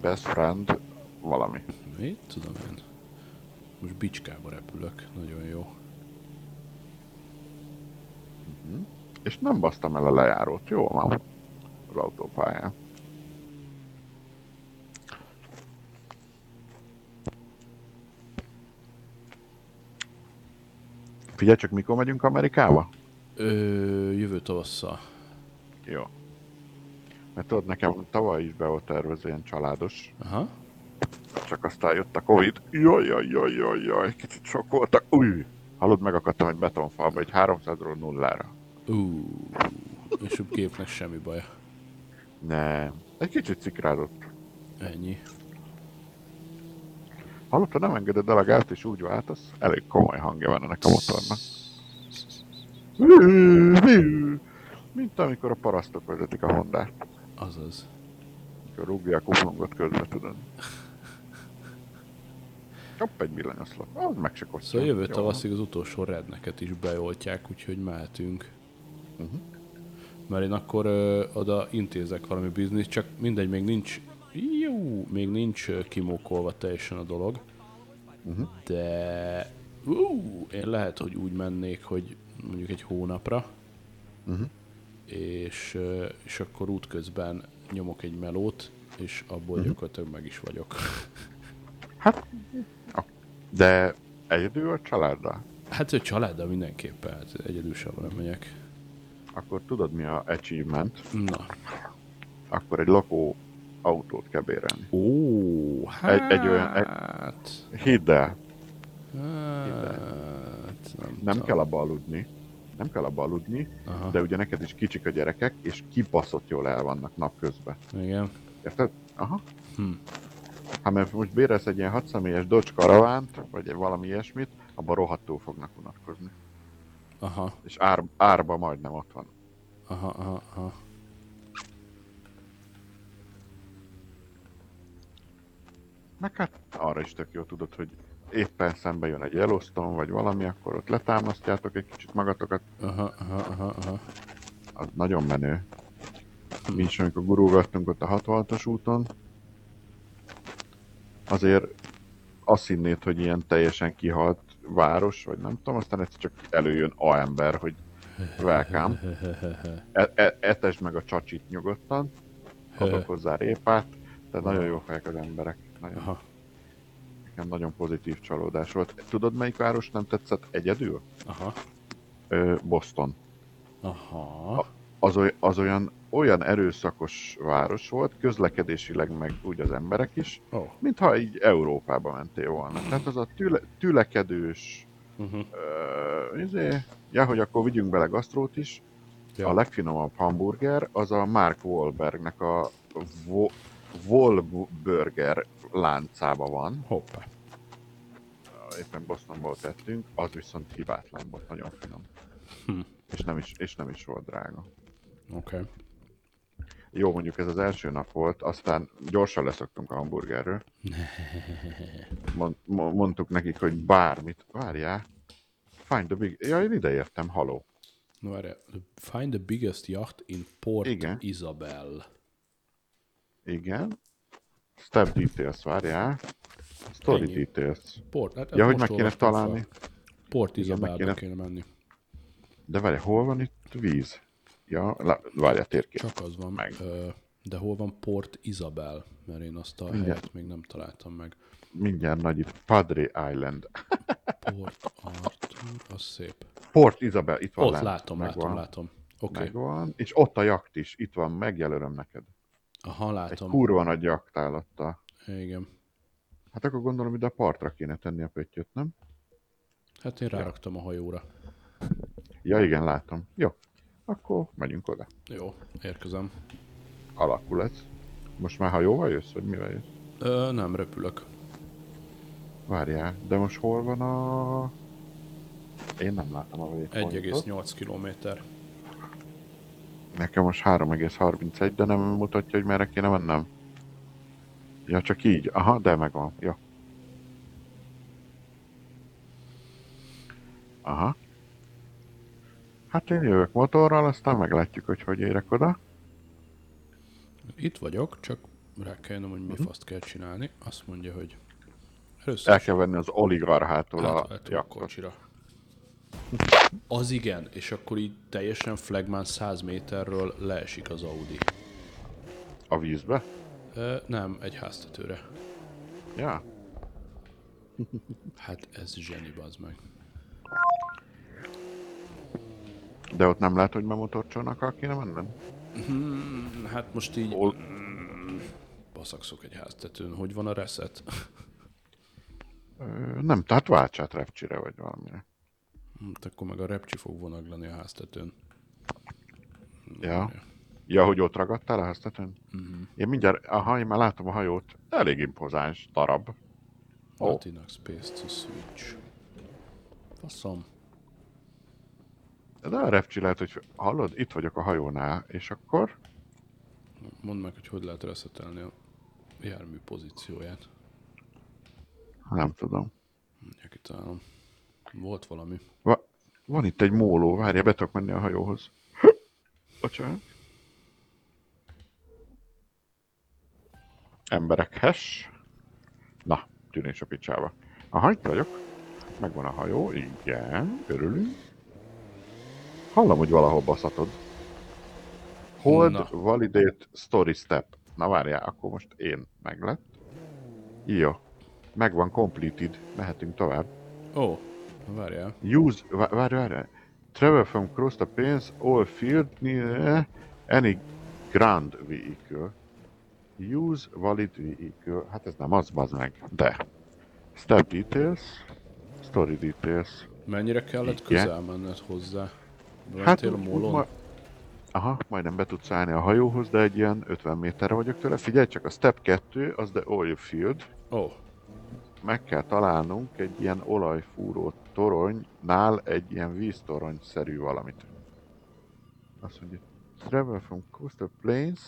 Speaker 1: Best friend. Valami.
Speaker 2: Mit tudom én? Most bicskába repülök, nagyon jó.
Speaker 1: És nem basztam el a lejárót. Jó van. Az autópályán. Figyelj csak, mikor megyünk Amerikába?
Speaker 2: Ö, jövő tavasszal.
Speaker 1: Jó. Mert tudod, nekem tavaly is be volt tervezve ilyen családos,
Speaker 2: Aha.
Speaker 1: csak aztán jött a Covid. Jaj, jaj, jaj, jaj, jaj, kicsit sok voltak. Új! Hallod, megakadtam egy betonfalba, egy 300-ról nullára.
Speaker 2: Ú, és a gépnek semmi baja.
Speaker 1: Nem. Egy kicsit szikrázott.
Speaker 2: Ennyi.
Speaker 1: Hallott, ha nem engeded el a gázt és úgy váltasz, elég komoly hangja van ennek a motornak. Mint amikor a parasztok vezetik a Hondát.
Speaker 2: Azaz.
Speaker 1: Amikor rúgja a kuplungot közbe, tudod. Kap egy villanyoszlop. Az meg se kocka.
Speaker 2: Szóval jövő
Speaker 1: Jó.
Speaker 2: tavaszig az utolsó redneket is beoltják, úgyhogy mehetünk. Mert én akkor ö, oda intézek valami bizniszt, csak mindegy, még nincs, jó, még nincs ö, kimókolva teljesen a dolog. Uh-huh. De ú, én lehet, hogy úgy mennék, hogy mondjuk egy hónapra, uh-huh. és, ö, és akkor útközben nyomok egy melót, és abból uh-huh. gyakorlatilag meg is vagyok.
Speaker 1: Hát, ja. de egyedül a családdal?
Speaker 2: Hát ő családdal mindenképpen, hát egyedül sem nem megyek.
Speaker 1: Akkor tudod mi a achievement?
Speaker 2: Na,
Speaker 1: Akkor egy lakó autót kell bérelni.
Speaker 2: Ó, hát...
Speaker 1: Egy- egy olyan- egy-
Speaker 2: Hát,
Speaker 1: Hidd el,
Speaker 2: hát nem,
Speaker 1: nem
Speaker 2: tudom.
Speaker 1: kell abba aludni. Nem kell abba aludni,
Speaker 2: Aha.
Speaker 1: de ugye neked is kicsik a gyerekek, és kibaszott jól el vannak napközben.
Speaker 2: Igen.
Speaker 1: Érted? Aha. Hm. Ha mert most bérelsz egy ilyen hatszemélyes Dodge karavánt, vagy egy valami ilyesmit, abban rohadtul fognak unatkozni.
Speaker 2: Aha,
Speaker 1: És ár, árba majdnem ott van.
Speaker 2: aha, aha, aha.
Speaker 1: Meg hát arra is tök jó tudod, hogy éppen szembe jön egy Yellowstone, vagy valami, akkor ott letámasztjátok egy kicsit magatokat,
Speaker 2: Aha, aha, aha, aha.
Speaker 1: az nagyon menő. Mi is, amikor gurulgattunk ott a 66-os úton, azért azt hinnéd, hogy ilyen teljesen kihalt város, vagy nem tudom, aztán egyszer csak előjön a ember, hogy welcome, e- e- etesd meg a csacsit nyugodtan, adok hozzá répát, de nagyon jó fejek az emberek. Nagyon,
Speaker 2: Aha.
Speaker 1: nekem nagyon pozitív csalódás volt. Tudod, melyik város nem tetszett egyedül?
Speaker 2: Aha,
Speaker 1: Ö, Boston.
Speaker 2: aha.
Speaker 1: az, oly, az olyan, olyan erőszakos város volt, közlekedésileg meg úgy az emberek is,
Speaker 2: Ó, oh.
Speaker 1: mintha így Európába mentél volna. Tehát az a tüle, tülekedős,
Speaker 2: uh-huh.
Speaker 1: ö, izé, ja, hogy akkor vigyünk bele gasztrót is,
Speaker 2: Ja.
Speaker 1: a legfinomabb hamburger az a Mark Wahlbergnek a Vo- Wahlburger láncába van.
Speaker 2: Hoppá.
Speaker 1: Éppen Bostonból tettünk, az viszont hibátlan volt, nagyon finom. És, nem is, és nem is volt drága.
Speaker 2: Oké. Okay.
Speaker 1: Jó, mondjuk ez az első nap volt, aztán gyorsan leszoktunk a hamburgerről. Mond, mo- mondtuk nekik, hogy bármit, várjál, find the big... Ja, én ide értem, haló.
Speaker 2: No, erre. Find the biggest yacht in Port
Speaker 1: Igen.
Speaker 2: Isabel.
Speaker 1: Igen. Step details, várjál. Story
Speaker 2: Ennyi.
Speaker 1: details.
Speaker 2: Port, hát,
Speaker 1: Ja, hogy meg
Speaker 2: most
Speaker 1: kéne
Speaker 2: olvastam
Speaker 1: találni.
Speaker 2: Fel. Port Isabelbe kéne.
Speaker 1: kéne-
Speaker 2: kéne menni.
Speaker 1: De várjál, hol van itt víz? Ja, lá- várjál, térkép.
Speaker 2: Csak az van.
Speaker 1: Meg.
Speaker 2: Ö, de hol van Port Isabel? Mert én azt a helyet még nem találtam meg.
Speaker 1: Mindjárt nagy itt. Padre Island.
Speaker 2: Port Arthur, az szép.
Speaker 1: Port Isabel, itt van.
Speaker 2: Ott
Speaker 1: lent.
Speaker 2: látom, látom,
Speaker 1: Megvan.
Speaker 2: látom. Oké, okay.
Speaker 1: Megvan. És ott a jakt is, itt van, megjelölöm neked.
Speaker 2: aha,
Speaker 1: Egy
Speaker 2: látom.
Speaker 1: kurva nagy jakt áll ott a...
Speaker 2: Igen.
Speaker 1: Hát akkor gondolom ide a partra kéne tenni a pöttyöt, nem?
Speaker 2: Hát én ráraktam a hajóra.
Speaker 1: Ja igen, látom. Jó, akkor megyünk oda.
Speaker 2: Jó, érkezem.
Speaker 1: Alakul ez. Most már hajóval jössz, vagy mivel jössz?
Speaker 2: Ö, nem repülök.
Speaker 1: Várjál, de most hol van a... Én nem látom a waypointot.
Speaker 2: 1,8 kilométer.
Speaker 1: Nekem most 3,31, de nem mutatja, hogy merre kéne mennem. Ja, csak így. Aha, de megvan. Jó. Aha. Hát én jövök motorral, aztán meglátjuk, hogy hogy érek oda.
Speaker 2: Itt vagyok, csak rá kellene, hogy mi
Speaker 1: Mhm.
Speaker 2: uh-huh. faszt kell csinálni. Azt mondja, hogy
Speaker 1: El
Speaker 2: először
Speaker 1: kell venni az oligarchától
Speaker 2: Hát
Speaker 1: a
Speaker 2: átváltom a
Speaker 1: jaktot.
Speaker 2: kocsira. Az igen, és akkor így teljesen flagmán 100 méterről leesik az Audi.
Speaker 1: A vízbe?
Speaker 2: Ö, nem, egy háztetőre.
Speaker 1: Ja.
Speaker 2: Hát ez zseni, bazd meg.
Speaker 1: De ott nem lehet, hogy már motorcsónakkal kéne mennem?
Speaker 2: Hát most így
Speaker 1: Ol-
Speaker 2: baszakszok egy háztetőn. Hogy van a reset?
Speaker 1: Ö, nem, tehát váltsát repcsire vagy valamire.
Speaker 2: Hát akkor meg a repcsi fog vonaglani a háztetőn.
Speaker 1: Ja. Ja, hogy ott ragadtál a háztetőn? Mm-hmm. Én mindjárt, aha, én már látom a hajót. Elég impozáns darab.
Speaker 2: Oh.
Speaker 1: Ó.
Speaker 2: Not enough space to switch. Faszom.
Speaker 1: De a repcsi lehet, hogy hallod, itt vagyok a hajónál, és akkor
Speaker 2: Mondd meg, hogy hogy lehet reszetelni a jármű pozícióját.
Speaker 1: Nem tudom.
Speaker 2: Mindjárt kitálom. Volt valami.
Speaker 1: Va- van itt egy móló, várja, be tudok menni a hajóhoz. Bocsánat. Emberek hash. Na, tűnés a picsába. Aha, itt vagyok. Megvan a hajó, igen, örülünk. Hallom, hogy valahol baszatod. Hold,
Speaker 2: Na.
Speaker 1: validate, story step. Na várjál, akkor most én meglett. Jó. Megvan completed, mehetünk tovább.
Speaker 2: Ó, na várjál.
Speaker 1: Use, vá- várj, várj, travel from cross the plains, all field, ne- any grand vehicle. Use valid vehicle. Hát ez nem az, bazd meg. De. Step details, story details.
Speaker 2: Mennyire kellett
Speaker 1: Igen.
Speaker 2: közel menned hozzá? Mentél a
Speaker 1: Hát úgy- úgy
Speaker 2: mólon?
Speaker 1: ma- Aha, majdnem be tudsz állni a hajóhoz, de egy ilyen 50 méterre vagyok tőle. Figyelj csak, a step 2 az the oil field.
Speaker 2: Ó,
Speaker 1: Meg kell találnunk egy ilyen olajfúró toronynál egy ilyen víztorony-szerű valamit. Azt mondja, travel from coastal plains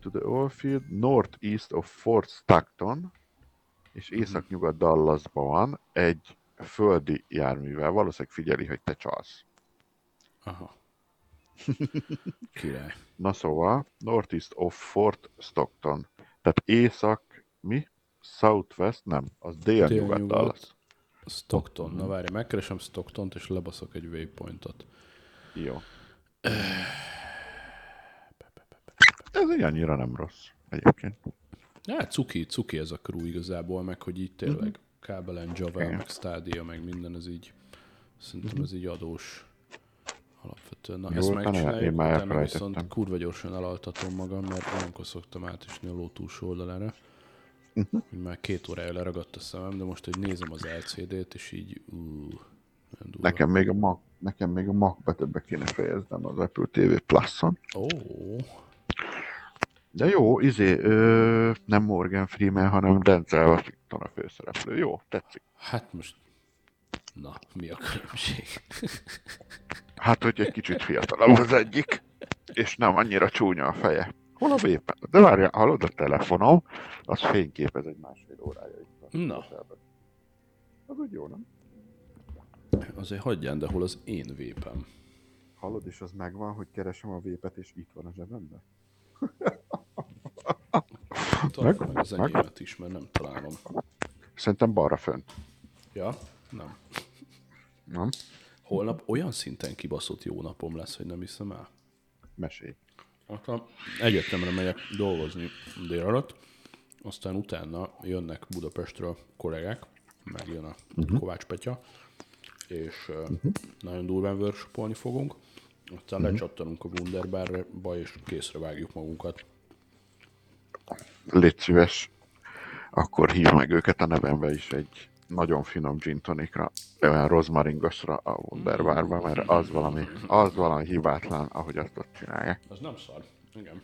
Speaker 1: to the oil field northeast of Fort Stockton, és északnyugat Dallasban van egy földi járművel. Valószínűleg figyeli, hogy te csalsz.
Speaker 2: aha. Király.
Speaker 1: Na szóval, Northeast of Fort Stockton. Tehát észak, mi? Southwest, nem, az délnyugat
Speaker 2: Délnyugat.
Speaker 1: Dallas.
Speaker 2: Stockton. Na várj, megkeresem Stocktont, és lebaszok egy waypointot.
Speaker 1: Jó. Ez így annyira nem rossz egyébként.
Speaker 2: Hát cuki, cuki ez a crew igazából, meg hogy így tényleg kábelen, Javel,
Speaker 1: Mhm. Igen. Mhm.
Speaker 2: meg Stadia, meg minden, ez így szerintem ez így adós alapvetően. Na,
Speaker 1: Jó,
Speaker 2: ezt
Speaker 1: utána
Speaker 2: megcsináljuk,
Speaker 1: én már
Speaker 2: utána viszont
Speaker 1: elfelejtettem.
Speaker 2: kurva gyorsan elaltatom magam, mert olyankor szoktam átisni a ló túlsó oldalára.
Speaker 1: Mhm.
Speaker 2: Hogy már két órája leragadt a szemem, de most, hogy nézem az LCD-t, és így ú, olyan durva.
Speaker 1: Nekem még a Mac, nekem még a Mac betöbbe kéne fejeznem az Apple TV Plus-on.
Speaker 2: Ó,
Speaker 1: De jó, izé, ö, nem Morgan Freeman, hanem Denzel Washington a főszereplő. Jó, tetszik.
Speaker 2: hát most... Na, mi a különbség?
Speaker 1: Hát, hogy egy kicsit fiatalabb az egyik, és nem annyira csúnya a feje. Hol a vépen? De várjál, hallod a telefonom, az fényképez egy másfél órája itt. van.
Speaker 2: Na.
Speaker 1: Az úgy jó, nem?
Speaker 2: Azért hagyján, de hol az én vépem?
Speaker 1: Hallod, és az megvan, hogy keresem a vépet, és itt van a zsebemben?
Speaker 2: Tartsd
Speaker 1: Meg-
Speaker 2: meg az
Speaker 1: meg-
Speaker 2: enyémet is, mert nem találom.
Speaker 1: Szerintem balra fönt.
Speaker 2: Ja? Nem.
Speaker 1: Nem?
Speaker 2: Holnap olyan szinten kibaszott jó napom lesz, hogy nem hiszem el.
Speaker 1: Mesélj.
Speaker 2: Akkor egyetemre megyek dolgozni délelőtt, aztán utána jönnek Budapestről kollégák, meg jön a
Speaker 1: Mhm.
Speaker 2: Kovács Petya, és ö, nagyon durván workshopolni fogunk. Aztán
Speaker 1: Mhm.
Speaker 2: lecsattanunk a Wunderbarba, és készre vágjuk magunkat.
Speaker 1: Légy szíves, akkor hív meg őket a nevembe is egy nagyon finom gin tonicra, olyan rozmaringosra a Wunderbarba, mert az valami, az valami hibátlan, ahogy azt ott csinálják.
Speaker 2: Az nem szar. Igen.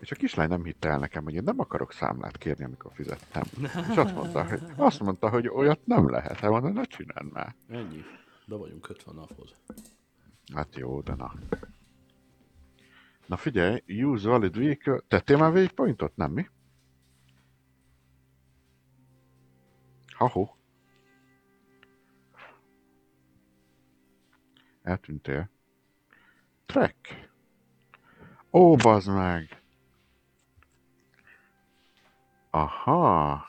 Speaker 1: És a kislány nem hitte el nekem, hogy én nem akarok számlát kérni, amikor fizettem. És azt mondta, hogy, azt mondta, hogy olyat nem lehet. Hát mondom, ne csináld már.
Speaker 2: Ennyi. Be vagyunk 50 naphoz.
Speaker 1: Hát jó, de na. Na figyelj, use valid vehicle. Tettél már waypointot, nem mi? Haho. Eltűntél. Track. Ó, bazd meg. Aha.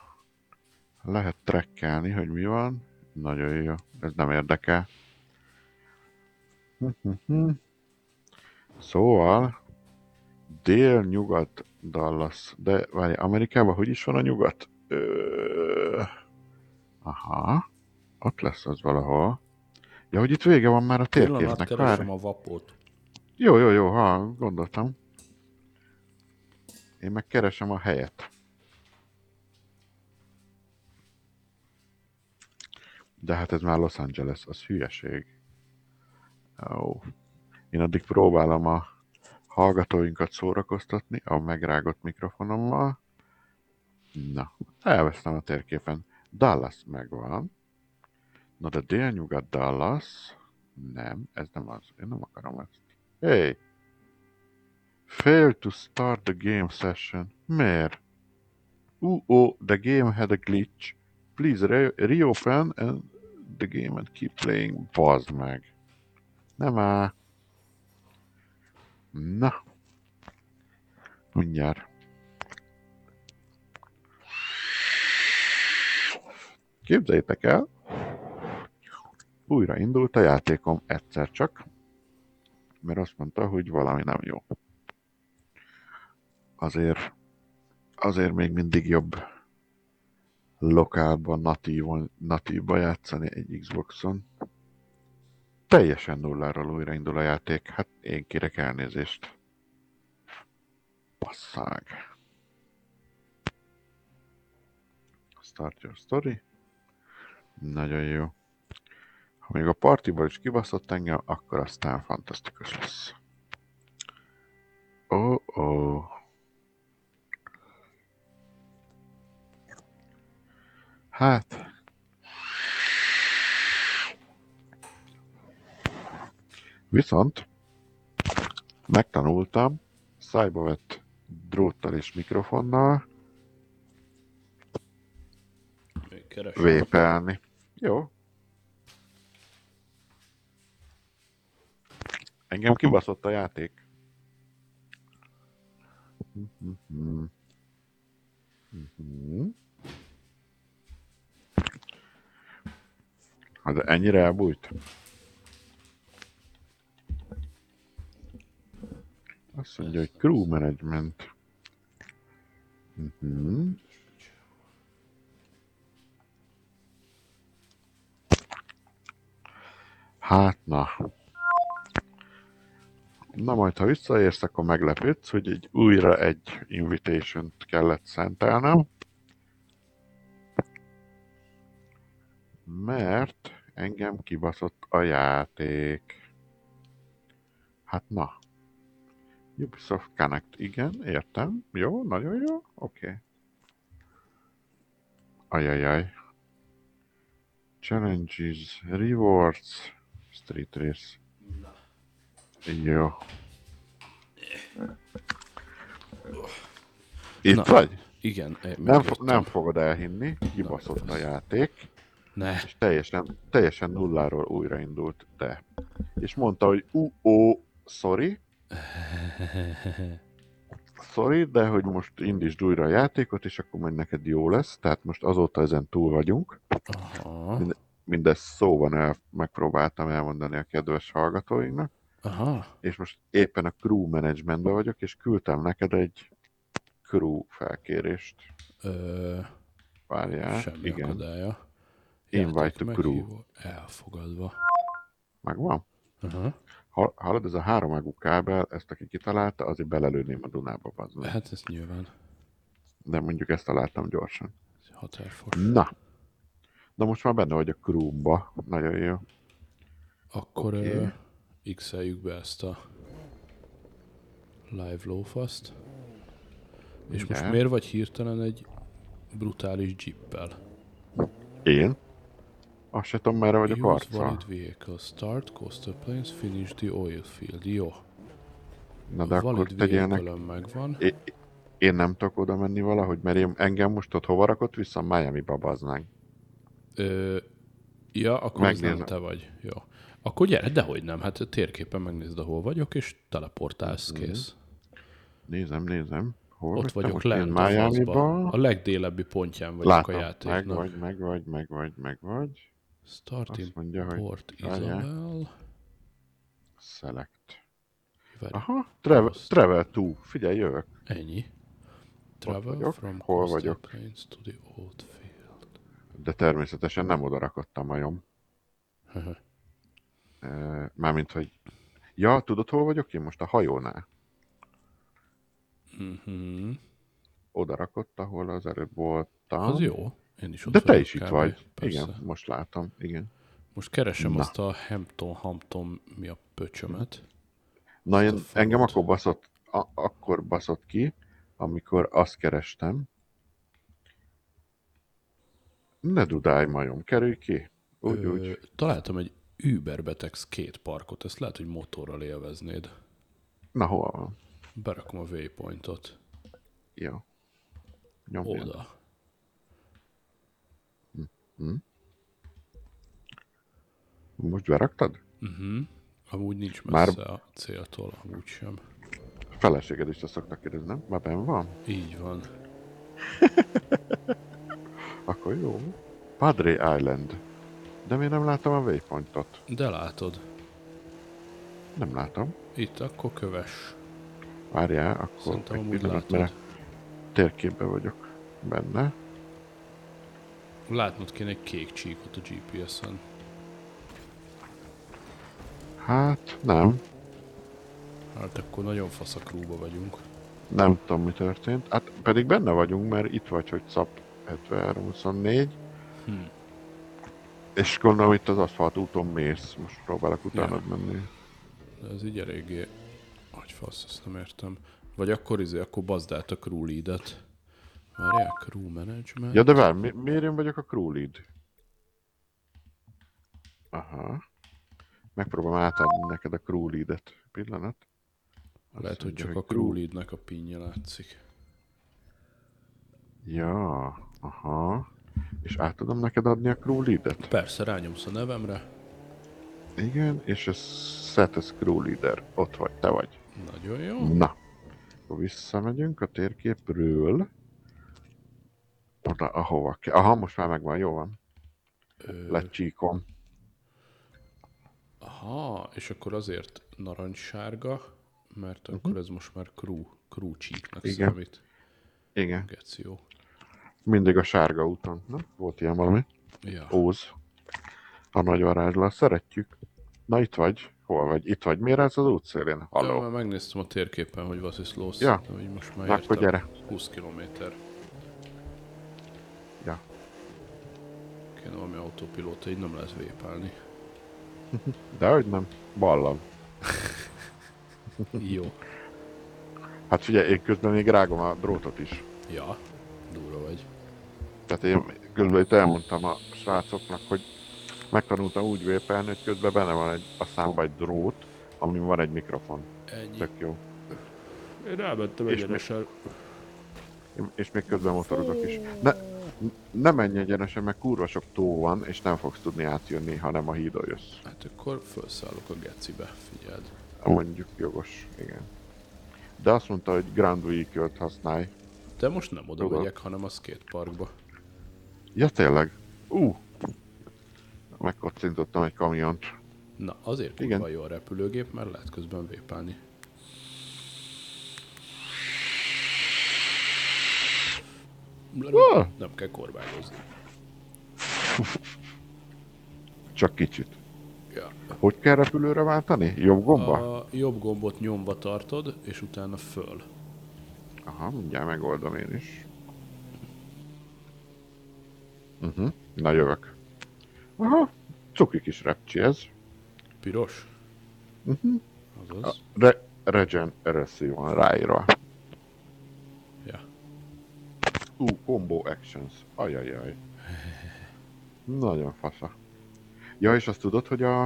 Speaker 1: Lehet trekkelni, hogy mi van. Nagyon jó. Ez nem érdekel. Szóval, dél-nyugat Dallas, de várj, Amerikában hogy is van a nyugat? Ö... Aha, ott lesz az valahol. Ja, hogy itt vége van már a
Speaker 2: Pillanat,
Speaker 1: térképnek, várj.
Speaker 2: keresem a vapot.
Speaker 1: Jó, jó, jó, ha, gondoltam. Én meg keresem a helyet. De hát ez már Los Angeles, az hülyeség. Ó. Én addig próbálom a hallgatóinkat szórakoztatni a megrágott mikrofonommal. Na, elvesztem a térképen. Dallas megvan. Na de délnyugat Dallas... Nem, ez nem az. Én nem akarom ezt. Hey! Fail to start the game session. Miért? Uh-oh, the game had a glitch. Please re- reopen and the game and keep playing. Bazd meg. Nem á. Na. Mindjárt. Képzeljétek el, újra indult a játékom egyszer csak, mert azt mondta, hogy valami nem jó. Azért, azért még mindig jobb lokálban, natívon, natívba játszani egy Xboxon. Teljesen nulláról újraindul a játék. Hát én kérek elnézést. Passzág. Start your story. Nagyon jó. Ha még a partiból is kibaszott engem, akkor aztán fantasztikus lesz. Ó, oh, ó. Oh. Hát. Viszont megtanultam szájba vett dróttal és mikrofonnal
Speaker 2: Még keresem.
Speaker 1: vépelni. Jó. Engem kibaszott a játék. Mhm. Mhm. Hát de ennyire elbújt? Azt mondja, hogy crew management. Mhm. Hát na. Na majd, ha visszaérsz, akkor meglepődsz, hogy egy újra egy invitation kellett szentelnem. Mert engem kibaszott a játék. Hát na. Ubisoft Connect, igen, értem. Jó, nagyon jó, oké. Okay. Ajajaj. Challenges, rewards, street race. Jó. Itt
Speaker 2: Na,
Speaker 1: vagy?
Speaker 2: Igen, eh,
Speaker 1: Nem,
Speaker 2: megértem.
Speaker 1: fo- nem fogod elhinni, kibaszott a játék,
Speaker 2: Ne,
Speaker 1: és teljesen, teljesen nulláról újraindult, de. És mondta, hogy ú-ó, sorry, sorry, de hogy most indítsd újra a játékot, és akkor majd neked jó lesz, tehát most azóta ezen túl vagyunk.
Speaker 2: aha,
Speaker 1: Mindezt szóban el, megpróbáltam elmondani a kedves hallgatóinknak,
Speaker 2: aha,
Speaker 1: és most éppen a crew managementbe vagyok, és küldtem neked egy crew felkérést.
Speaker 2: ö,
Speaker 1: Várjál,
Speaker 2: semmi
Speaker 1: igen,
Speaker 2: akadálya.
Speaker 1: Invite
Speaker 2: Játék
Speaker 1: to crew.
Speaker 2: meghívó Elfogadva.
Speaker 1: megvan.
Speaker 2: Aha.
Speaker 1: Ha- Hallod, ez a háromágú kábel, ezt aki kitalálta, azért belelőném a Dunába, bazd meg.
Speaker 2: Hát ez nyilván
Speaker 1: De mondjuk ezt találtam gyorsan.
Speaker 2: ez határfos.
Speaker 1: Na! Na most már benne vagy a krúmba. Nagyon jó.
Speaker 2: Akkor
Speaker 1: Oké.
Speaker 2: okay. x-eljük be ezt a live lófaszt. És most
Speaker 1: Igen.
Speaker 2: miért vagy hirtelen egy brutális jeeppel?
Speaker 1: Én? Azt se tudom, merre vagyok
Speaker 2: Use
Speaker 1: arccal.
Speaker 2: valid vehicle, start, coastal plains, finish the oil field. Jó.
Speaker 1: Na de
Speaker 2: A
Speaker 1: akkor
Speaker 2: valid
Speaker 1: tegyél nekem.
Speaker 2: vehicle megvan.
Speaker 1: É- Én nem tudok oda menni valahogy, mert én, engem most ott hova rakott vissza? Miami-ba baznánk.
Speaker 2: Ö, ja, akkor az nem
Speaker 1: Megnézem.
Speaker 2: te vagy. Jó. Akkor gyere, dehogy nem. Hát térképen megnézed, ahol vagyok, és teleportálsz, kész.
Speaker 1: Nézem, nézem. Mhm. Hol
Speaker 2: Ott
Speaker 1: vagy te
Speaker 2: vagyok
Speaker 1: most? Én
Speaker 2: lent a faszban.
Speaker 1: Miami-ba.
Speaker 2: A legdélebbi pontján vagyok
Speaker 1: Látom,
Speaker 2: a
Speaker 1: meg
Speaker 2: játéknak.
Speaker 1: vagy, meg vagy, meg vagy, meg vagy.
Speaker 2: Starting
Speaker 1: Azt mondja, hogy
Speaker 2: Port
Speaker 1: várjál.
Speaker 2: Isabel.
Speaker 1: Select.
Speaker 2: Várj,
Speaker 1: Aha, travel,
Speaker 2: Azt.
Speaker 1: travel to. Figyelj, jövök.
Speaker 2: ennyi. Travel
Speaker 1: vagyok.
Speaker 2: from
Speaker 1: Hol
Speaker 2: coastal
Speaker 1: vagyok?
Speaker 2: plains to the old field.
Speaker 1: De természetesen nem oda rakott a majom.
Speaker 2: Haha.
Speaker 1: Ö, Mármint, hogy... Ja, tudod, hol vagyok én most? A hajónál.
Speaker 2: Mhm.
Speaker 1: Oda rakott, ahol az előbb voltam.
Speaker 2: Az jó. Én is ott
Speaker 1: Ah. De te
Speaker 2: vagyok
Speaker 1: is itt
Speaker 2: kb.
Speaker 1: vagy.
Speaker 2: Persze.
Speaker 1: Igen, most látom. Igen.
Speaker 2: Most keresem
Speaker 1: Na.
Speaker 2: azt a Hampton, Hampton mi a pöcsömet.
Speaker 1: Na, én,
Speaker 2: a falut.
Speaker 1: engem akkor baszott, a, akkor baszott ki, amikor azt kerestem. Ne dudálj, majom, kerülj ki. Úgy,
Speaker 2: Ö,
Speaker 1: úgy.
Speaker 2: Találtam egy Uberbetex két parkot, ezt lehet, hogy motorral élveznéd.
Speaker 1: Na, hol van?
Speaker 2: Berakom a waypointot.
Speaker 1: Jó. Nyomja.
Speaker 2: Oda.
Speaker 1: Most beraktad?
Speaker 2: Amúgy nincs
Speaker 1: Már-
Speaker 2: messze a céltól, amúgy sem.
Speaker 1: A feleséged is azt szoktak kérdezni, nem? Már benn van?
Speaker 2: Így van.
Speaker 1: Akkor jó. Padre Island. De miért nem látom a waypointot?
Speaker 2: De látod,
Speaker 1: Nem látom.
Speaker 2: itt akkor köves.
Speaker 1: Várjál, akkor
Speaker 2: Szerintem
Speaker 1: egy
Speaker 2: amúgy
Speaker 1: pillanat,
Speaker 2: látod.
Speaker 1: mert térképben vagyok benne.
Speaker 2: Látnod kéne egy kék csíkot a GPS-en.
Speaker 1: Hát, nem.
Speaker 2: Hát akkor nagyon fasz a krúba vagyunk.
Speaker 1: Nem tudom, mi történt. Hát pedig benne vagyunk, mert itt vagy, hogy szap 73-24.
Speaker 2: Hm.
Speaker 1: És gondolom itt az aszfalt úton mész. Most próbálok utánad menni.
Speaker 2: De ez így eléggé... Hogy fasz, ezt nem értem. Vagy akkor izé, akkor bazd át a crew leadet. Várják, crew management.
Speaker 1: Ja, de várj, mi, miért én vagyok a crew lead? Aha. Megpróbálom átadni neked a crew leadet. Pillanat. Azt
Speaker 2: Lehet, hogy
Speaker 1: mondja,
Speaker 2: csak a crew leadnek a pinje látszik.
Speaker 1: Ja, aha. És át tudom neked adni a crew leadet?
Speaker 2: Persze, rányomsz a nevemre.
Speaker 1: Igen, és ez set as crew leader. Ott vagy, te vagy.
Speaker 2: Nagyon jó.
Speaker 1: Na, akkor visszamegyünk a térképről. Oda, ahova kell. Aha, most már megvan, jó van.
Speaker 2: Ö,
Speaker 1: Lecsíkom.
Speaker 2: Aha, és akkor azért narancssárga, mert akkor ez most már crew, crew csíknak
Speaker 1: Mhm. Igen.
Speaker 2: számít.
Speaker 1: Igen,
Speaker 2: Geci jó.
Speaker 1: mindig a sárga úton. Na, volt ilyen valami.
Speaker 2: Ja.
Speaker 1: Óz. A nagy varázslal szeretjük. Na, itt vagy. Hol vagy? Itt vagy. Miért ez az útszélén?
Speaker 2: Ja,
Speaker 1: Halló.
Speaker 2: már megnéztem a térképen, hogy Vassziszlósz,
Speaker 1: Ja.
Speaker 2: ja. hogy most már
Speaker 1: Na, akkor
Speaker 2: értem. 20 kilométer.
Speaker 1: Ja.
Speaker 2: Kéne valami autopilóta, így nem lehet vépálni.
Speaker 1: Dehogy nem. Ballam.
Speaker 2: Jó.
Speaker 1: Hát figyelj, én közben még rágom a drótot is.
Speaker 2: Ja, durva vagy.
Speaker 1: Tehát én közben itt elmondtam a srácoknak, hogy megtanultam úgy vépelni, hogy közben benne van egy, a számba egy drót, amin van egy mikrofon.
Speaker 2: Ennyi.
Speaker 1: Tök jó.
Speaker 2: Én rámentem
Speaker 1: És
Speaker 2: egyenesen.
Speaker 1: Én- És még közben motorozok is. Ne, n- ne menj egyenesen, mert kurva sok tó van, és nem fogsz tudni átjönni, ha nem a hídon jössz.
Speaker 2: Hát akkor felszállok a gecibe, figyeld.
Speaker 1: Mondjuk jogos, igen. De azt mondta, hogy Grand Vehicle-t használj.
Speaker 2: De most nem oda
Speaker 1: Tudom.
Speaker 2: megyek, hanem a skateparkba.
Speaker 1: Ja, tényleg? Ú! Megkocintottam egy kamiont.
Speaker 2: Na, azért
Speaker 1: Igen.
Speaker 2: kurva jó a repülőgép, mert lehet közben vépálni.
Speaker 1: Ah!
Speaker 2: Nem kell korbágozni.
Speaker 1: Csak kicsit.
Speaker 2: Ja.
Speaker 1: Hogy kell repülőre váltani? Jobb gomba?
Speaker 2: A jobb gombot nyomva tartod, és utána föl.
Speaker 1: Aha, mindjárt megoldom én is. Uh-huh. Na jövök. Aha, cuki kis repcsi ez.
Speaker 2: Piros?
Speaker 1: Mhm.
Speaker 2: Uh-huh. Azaz.
Speaker 1: Re- Regen RSI van ráírva.
Speaker 2: Ja.
Speaker 1: Ú, combo actions. Ajajaj. Nagyon fasza. Ja, és azt tudod, hogy a,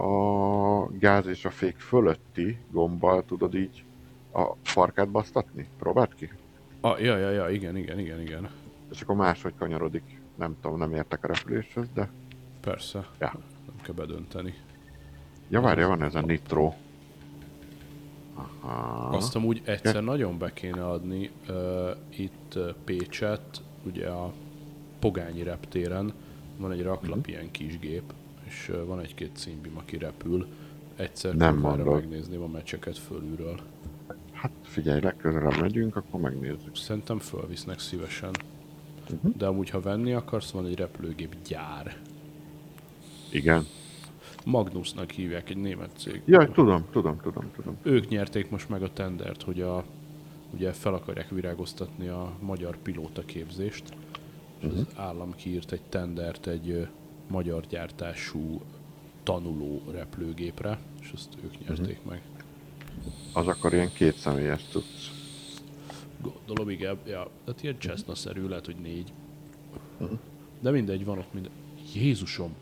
Speaker 1: a gáz és a fék fölötti gombbal tudod így a farkát basztatni? Próbáld ki?
Speaker 2: Ah, ja, ja, ja, igen, igen, igen, igen.
Speaker 1: És akkor máshogy kanyarodik. Nem tudom, nem értek a repüléshez, de...
Speaker 2: Persze.
Speaker 1: Ja.
Speaker 2: Nem kell bedönteni.
Speaker 1: Ja, várja, van ez a nitro. Aha.
Speaker 2: Azt amúgy egyszer nagyon be kéne adni uh, itt uh, Pécset, ugye a Pogányi reptéren van egy raklap
Speaker 1: Mhm.
Speaker 2: ilyen kis gép, és uh, van egy-két címbim, aki repül. Egyszer
Speaker 1: Nem
Speaker 2: kurvára
Speaker 1: mondod.
Speaker 2: megnézném a meccseket fölülről.
Speaker 1: Hát figyelj, legközelebb megyünk, akkor megnézzük.
Speaker 2: Szerintem fölvisznek szívesen.
Speaker 1: Mhm.
Speaker 2: De amúgy, ha venni akarsz, van egy repülőgép gyár.
Speaker 1: Igen.
Speaker 2: Magnusnak hívják, egy német cég.
Speaker 1: Jaj, tudom, tudom, tudom, tudom.
Speaker 2: Ők nyerték most meg a tendert, hogy a, ugye fel akarják virágoztatni a magyar pilóta képzést. És az állam kiírt egy tendert egy ö, magyar gyártású tanuló repülőgépre, és ezt ők nyerték meg.
Speaker 1: Az akkor ilyen két személyes tudsz.
Speaker 2: Gondolom, igen, ja, tehát ilyen Cessna-szerű, lehet, hogy négy. De mindegy, van ott minden. Jézusom,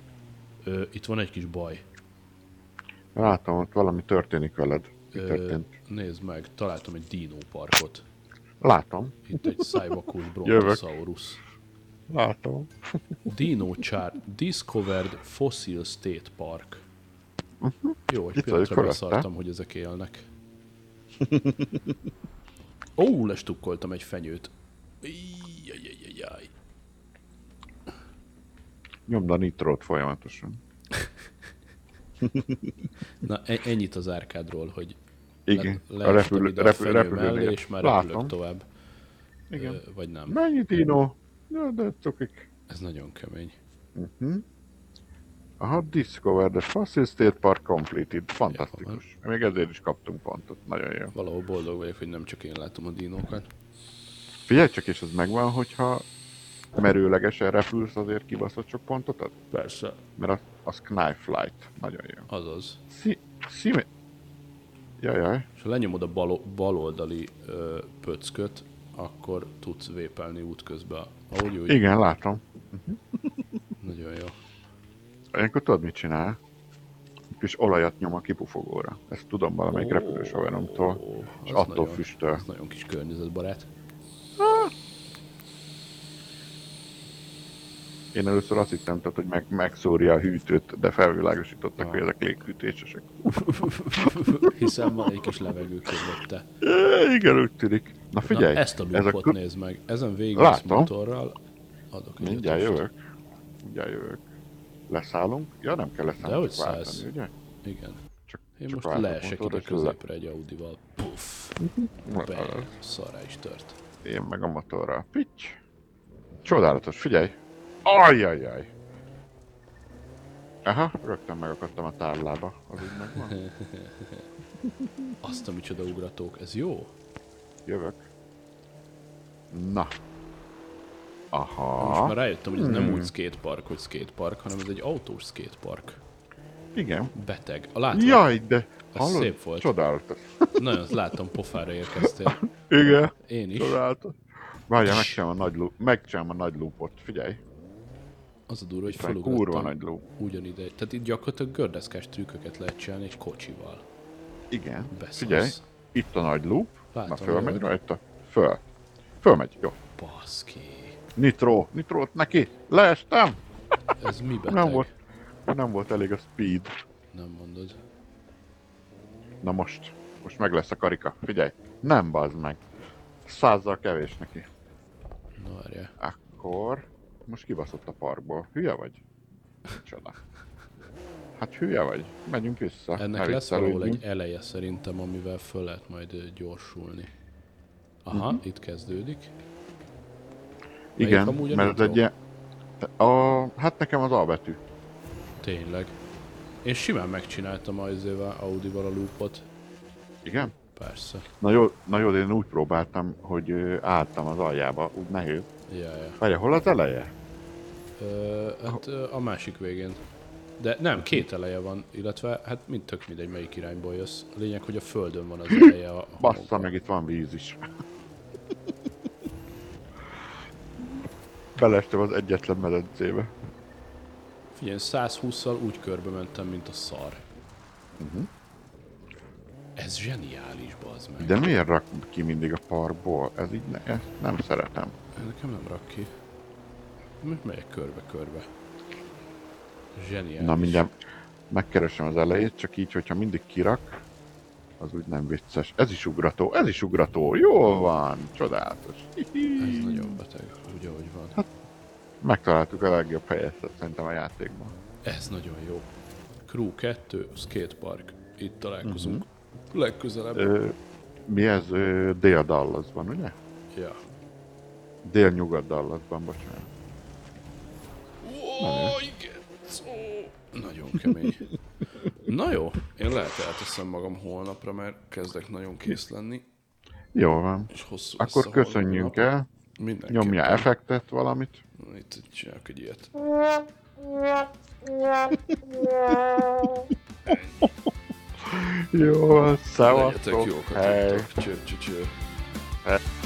Speaker 2: ö, itt van egy kis baj.
Speaker 1: Látom, ott valami történik veled. Mi
Speaker 2: Ö,
Speaker 1: történt?
Speaker 2: Nézd meg, találtam egy dinóparkot.
Speaker 1: Látom,
Speaker 2: Itt egy Cybakus
Speaker 1: Jövök.
Speaker 2: Brontosaurus.
Speaker 1: látom.
Speaker 2: Dino Chart Discovered Fossil State Park. Jó, hogy
Speaker 1: Itt vagyok
Speaker 2: pillanatra
Speaker 1: fölötte.
Speaker 2: beszartam, hogy ezek élnek. Ó, lestukkoltam egy fenyőt. Ijjjjjjjjjjj.
Speaker 1: Nyomd a nitrót folyamatosan.
Speaker 2: Na, e- ennyit az árkádról, hogy
Speaker 1: Igen,
Speaker 2: le-
Speaker 1: a
Speaker 2: leestem
Speaker 1: repülő,
Speaker 2: ide
Speaker 1: repülő,
Speaker 2: fenyő
Speaker 1: repülőnél.
Speaker 2: mellé, és már repülök
Speaker 1: Látom.
Speaker 2: tovább.
Speaker 1: Igen.
Speaker 2: Ö, Vagy nem.
Speaker 1: Mennyi dino? Ja, de tokik.
Speaker 2: Ez nagyon kemény.
Speaker 1: Aha, Discover the Fossil State Park completed. Fantasztikus. Még ezért is kaptunk pontot. Nagyon jó.
Speaker 2: Valahol boldog vagyok, hogy nem csak én látom a dinókat.
Speaker 1: Figyelj csak, és ez megvan, hogyha merőlegesen repülsz, azért kibaszott sok pontot ad?
Speaker 2: Persze.
Speaker 1: Mert az, az knife flight. Nagyon jó.
Speaker 2: Azaz.
Speaker 1: Szi... Szime... Jajaj.
Speaker 2: És ha lenyomod a bal, baloldali ö, pöcköt, akkor tudsz vépelni útközben. Ahogy úgy,
Speaker 1: Igen, látom.
Speaker 2: nagyon jó.
Speaker 1: Ilyenkor tudod, mit csinál? Egy kis olajat nyom a kipufogóra. Ezt tudom valamelyik repülős haveromtól.
Speaker 2: Ó,
Speaker 1: És
Speaker 2: az
Speaker 1: attól
Speaker 2: nagyon-
Speaker 1: füstöl.
Speaker 2: Az nagyon kis környezetbarát.
Speaker 1: Én először azt hittem, tehát, hogy meg, megszórja a hűtőt, de felvilágosítottak,
Speaker 2: Ah.
Speaker 1: hogy ezek léghűtésesek.
Speaker 2: Hiszen van egy kis levegő körülötte.
Speaker 1: É, igen, úgy tűnik. Na figyelj!
Speaker 2: Na, ezt a
Speaker 1: ez
Speaker 2: blokkot
Speaker 1: kö-
Speaker 2: nézd meg. Ezen végig
Speaker 1: Látom.
Speaker 2: motorral adok egy
Speaker 1: Mindjárt
Speaker 2: ötöst.
Speaker 1: jövök. Mindjárt jövök. Leszállunk? Ja, nem kell leszállni,
Speaker 2: Dehogy
Speaker 1: csak váltani,
Speaker 2: szállsz.
Speaker 1: ugye?
Speaker 2: Igen.
Speaker 1: Csak,
Speaker 2: Én
Speaker 1: csak
Speaker 2: most
Speaker 1: váltok
Speaker 2: leesek
Speaker 1: motorra,
Speaker 2: ide
Speaker 1: és le-
Speaker 2: középre egy Audival. Puff. Bam. Szará is tört.
Speaker 1: Én meg a motorral. Pitty. Csodálatos, figyelj! Ajjajjaj! Aha, rögtön megakadtam a tárlába. Az úgy megvan.
Speaker 2: Azt a micsoda ugratók. Ez jó?
Speaker 1: Jövök. Na.
Speaker 2: Most már
Speaker 1: Aha. Hmm.
Speaker 2: rájöttem, hogy ez nem úgy skatepark, hogy skatepark, hanem ez egy autós skatepark.
Speaker 1: Igen.
Speaker 2: Beteg. A látvány
Speaker 1: Jaj, de
Speaker 2: Ez
Speaker 1: hallod?
Speaker 2: szép volt.
Speaker 1: Csodálatos.
Speaker 2: Nagyon látom, pofára érkeztél.
Speaker 1: Igen.
Speaker 2: Én is.
Speaker 1: Csodálatos. Várjál, megcsinálom a nagy, lú... megcsinálom a nagy lúpot, figyelj.
Speaker 2: Az a durva, hogy
Speaker 1: Van kurva nagy
Speaker 2: felugrottam
Speaker 1: lúp.
Speaker 2: ugyanide. Tehát itt gyakorlatilag gördeszkás trükköket lehet csinálni egy kocsival.
Speaker 1: Igen.
Speaker 2: Beszarsz.
Speaker 1: Figyelj, itt a nagy lúp. Na
Speaker 2: Látom,
Speaker 1: fölmegy
Speaker 2: jövök.
Speaker 1: rajta. Föl. Fölmegy, jó.
Speaker 2: Baszki.
Speaker 1: Nitro, nitrót neki. Leestem.
Speaker 2: Ez mi beteg?
Speaker 1: Nem volt, nem volt elég a speed.
Speaker 2: Nem mondod.
Speaker 1: Na most, most meg lesz a karika, figyelj. Nem bazd meg. Százzal kevés neki.
Speaker 2: Na várjál.
Speaker 1: Akkor... Most kibaszott a parkból. Hülye vagy? Csoda. Hát hülye vagy. Megyünk vissza.
Speaker 2: Ennek
Speaker 1: Ne
Speaker 2: lesz valahol
Speaker 1: viccelődjünk.
Speaker 2: egy eleje szerintem, amivel föl lehet majd ö, gyorsulni. Aha,
Speaker 1: Mhm.
Speaker 2: itt kezdődik. melyik
Speaker 1: Igen,
Speaker 2: amúgy a
Speaker 1: mert ez
Speaker 2: nitro?
Speaker 1: egy ilyen... Te- A, hát nekem az A betű.
Speaker 2: Tényleg. Én simán megcsináltam a izével, Audi-val a loopot.
Speaker 1: Igen?
Speaker 2: Persze.
Speaker 1: Na jó, na jó, de én úgy próbáltam, hogy ö, álltam az aljába, úgy nehéz.
Speaker 2: Ja, ja.
Speaker 1: Várj, hol az eleje?
Speaker 2: Ö, hát ö, a másik végén. De nem, két eleje van, illetve hát mind tök mindegy, melyik irányból jössz. A lényeg, hogy a földön van az eleje a
Speaker 1: Bassza,
Speaker 2: homokban.
Speaker 1: meg itt van víz is. Belestem az egyetlen medencébe.
Speaker 2: Figyelj, 120-szal úgy körbe mentem, mint a szar.
Speaker 1: Mhm.
Speaker 2: Ez zseniális, bazd meg.
Speaker 1: De miért rak ki mindig a parkból? Ez így ne, ezt nem szeretem.
Speaker 2: Nekem nem rak ki. Most megyek körbe-körbe. Zseniális.
Speaker 1: Na mindjárt megkeresem az elejét, csak így, hogyha mindig kirak, az úgy nem vicces. Ez is ugrató, ez is ugrató, jól van, csodálatos. Hihi.
Speaker 2: Ez nagyon beteg, úgy ahogy van.
Speaker 1: Hát. Megtaláltuk a legjobb helyet szerintem a játékban.
Speaker 2: Ez nagyon jó. Crew 2, skatepark. Itt találkozunk. Legközelebb.
Speaker 1: Mhm. Ö, mi ez? Ö, Dél-Dallasban, ugye?
Speaker 2: Ja.
Speaker 1: Dél-Nyugat Dallasban, bocsánat.
Speaker 2: Nagyon kemény. Na jó, én lehet elteszem magam holnapra, mert kezdek nagyon kész lenni,
Speaker 1: Jó van.
Speaker 2: és hosszú lesz
Speaker 1: Akkor
Speaker 2: a holnapi
Speaker 1: köszönjünk
Speaker 2: nap.
Speaker 1: el,
Speaker 2: Mindenképpen.
Speaker 1: nyomja effektet valamit.
Speaker 2: Itt csinálok egy ilyet.
Speaker 1: Jó,
Speaker 2: Legyetek
Speaker 1: szevasztok,
Speaker 2: jók,
Speaker 1: hely!
Speaker 2: hey. cső, cső, cső.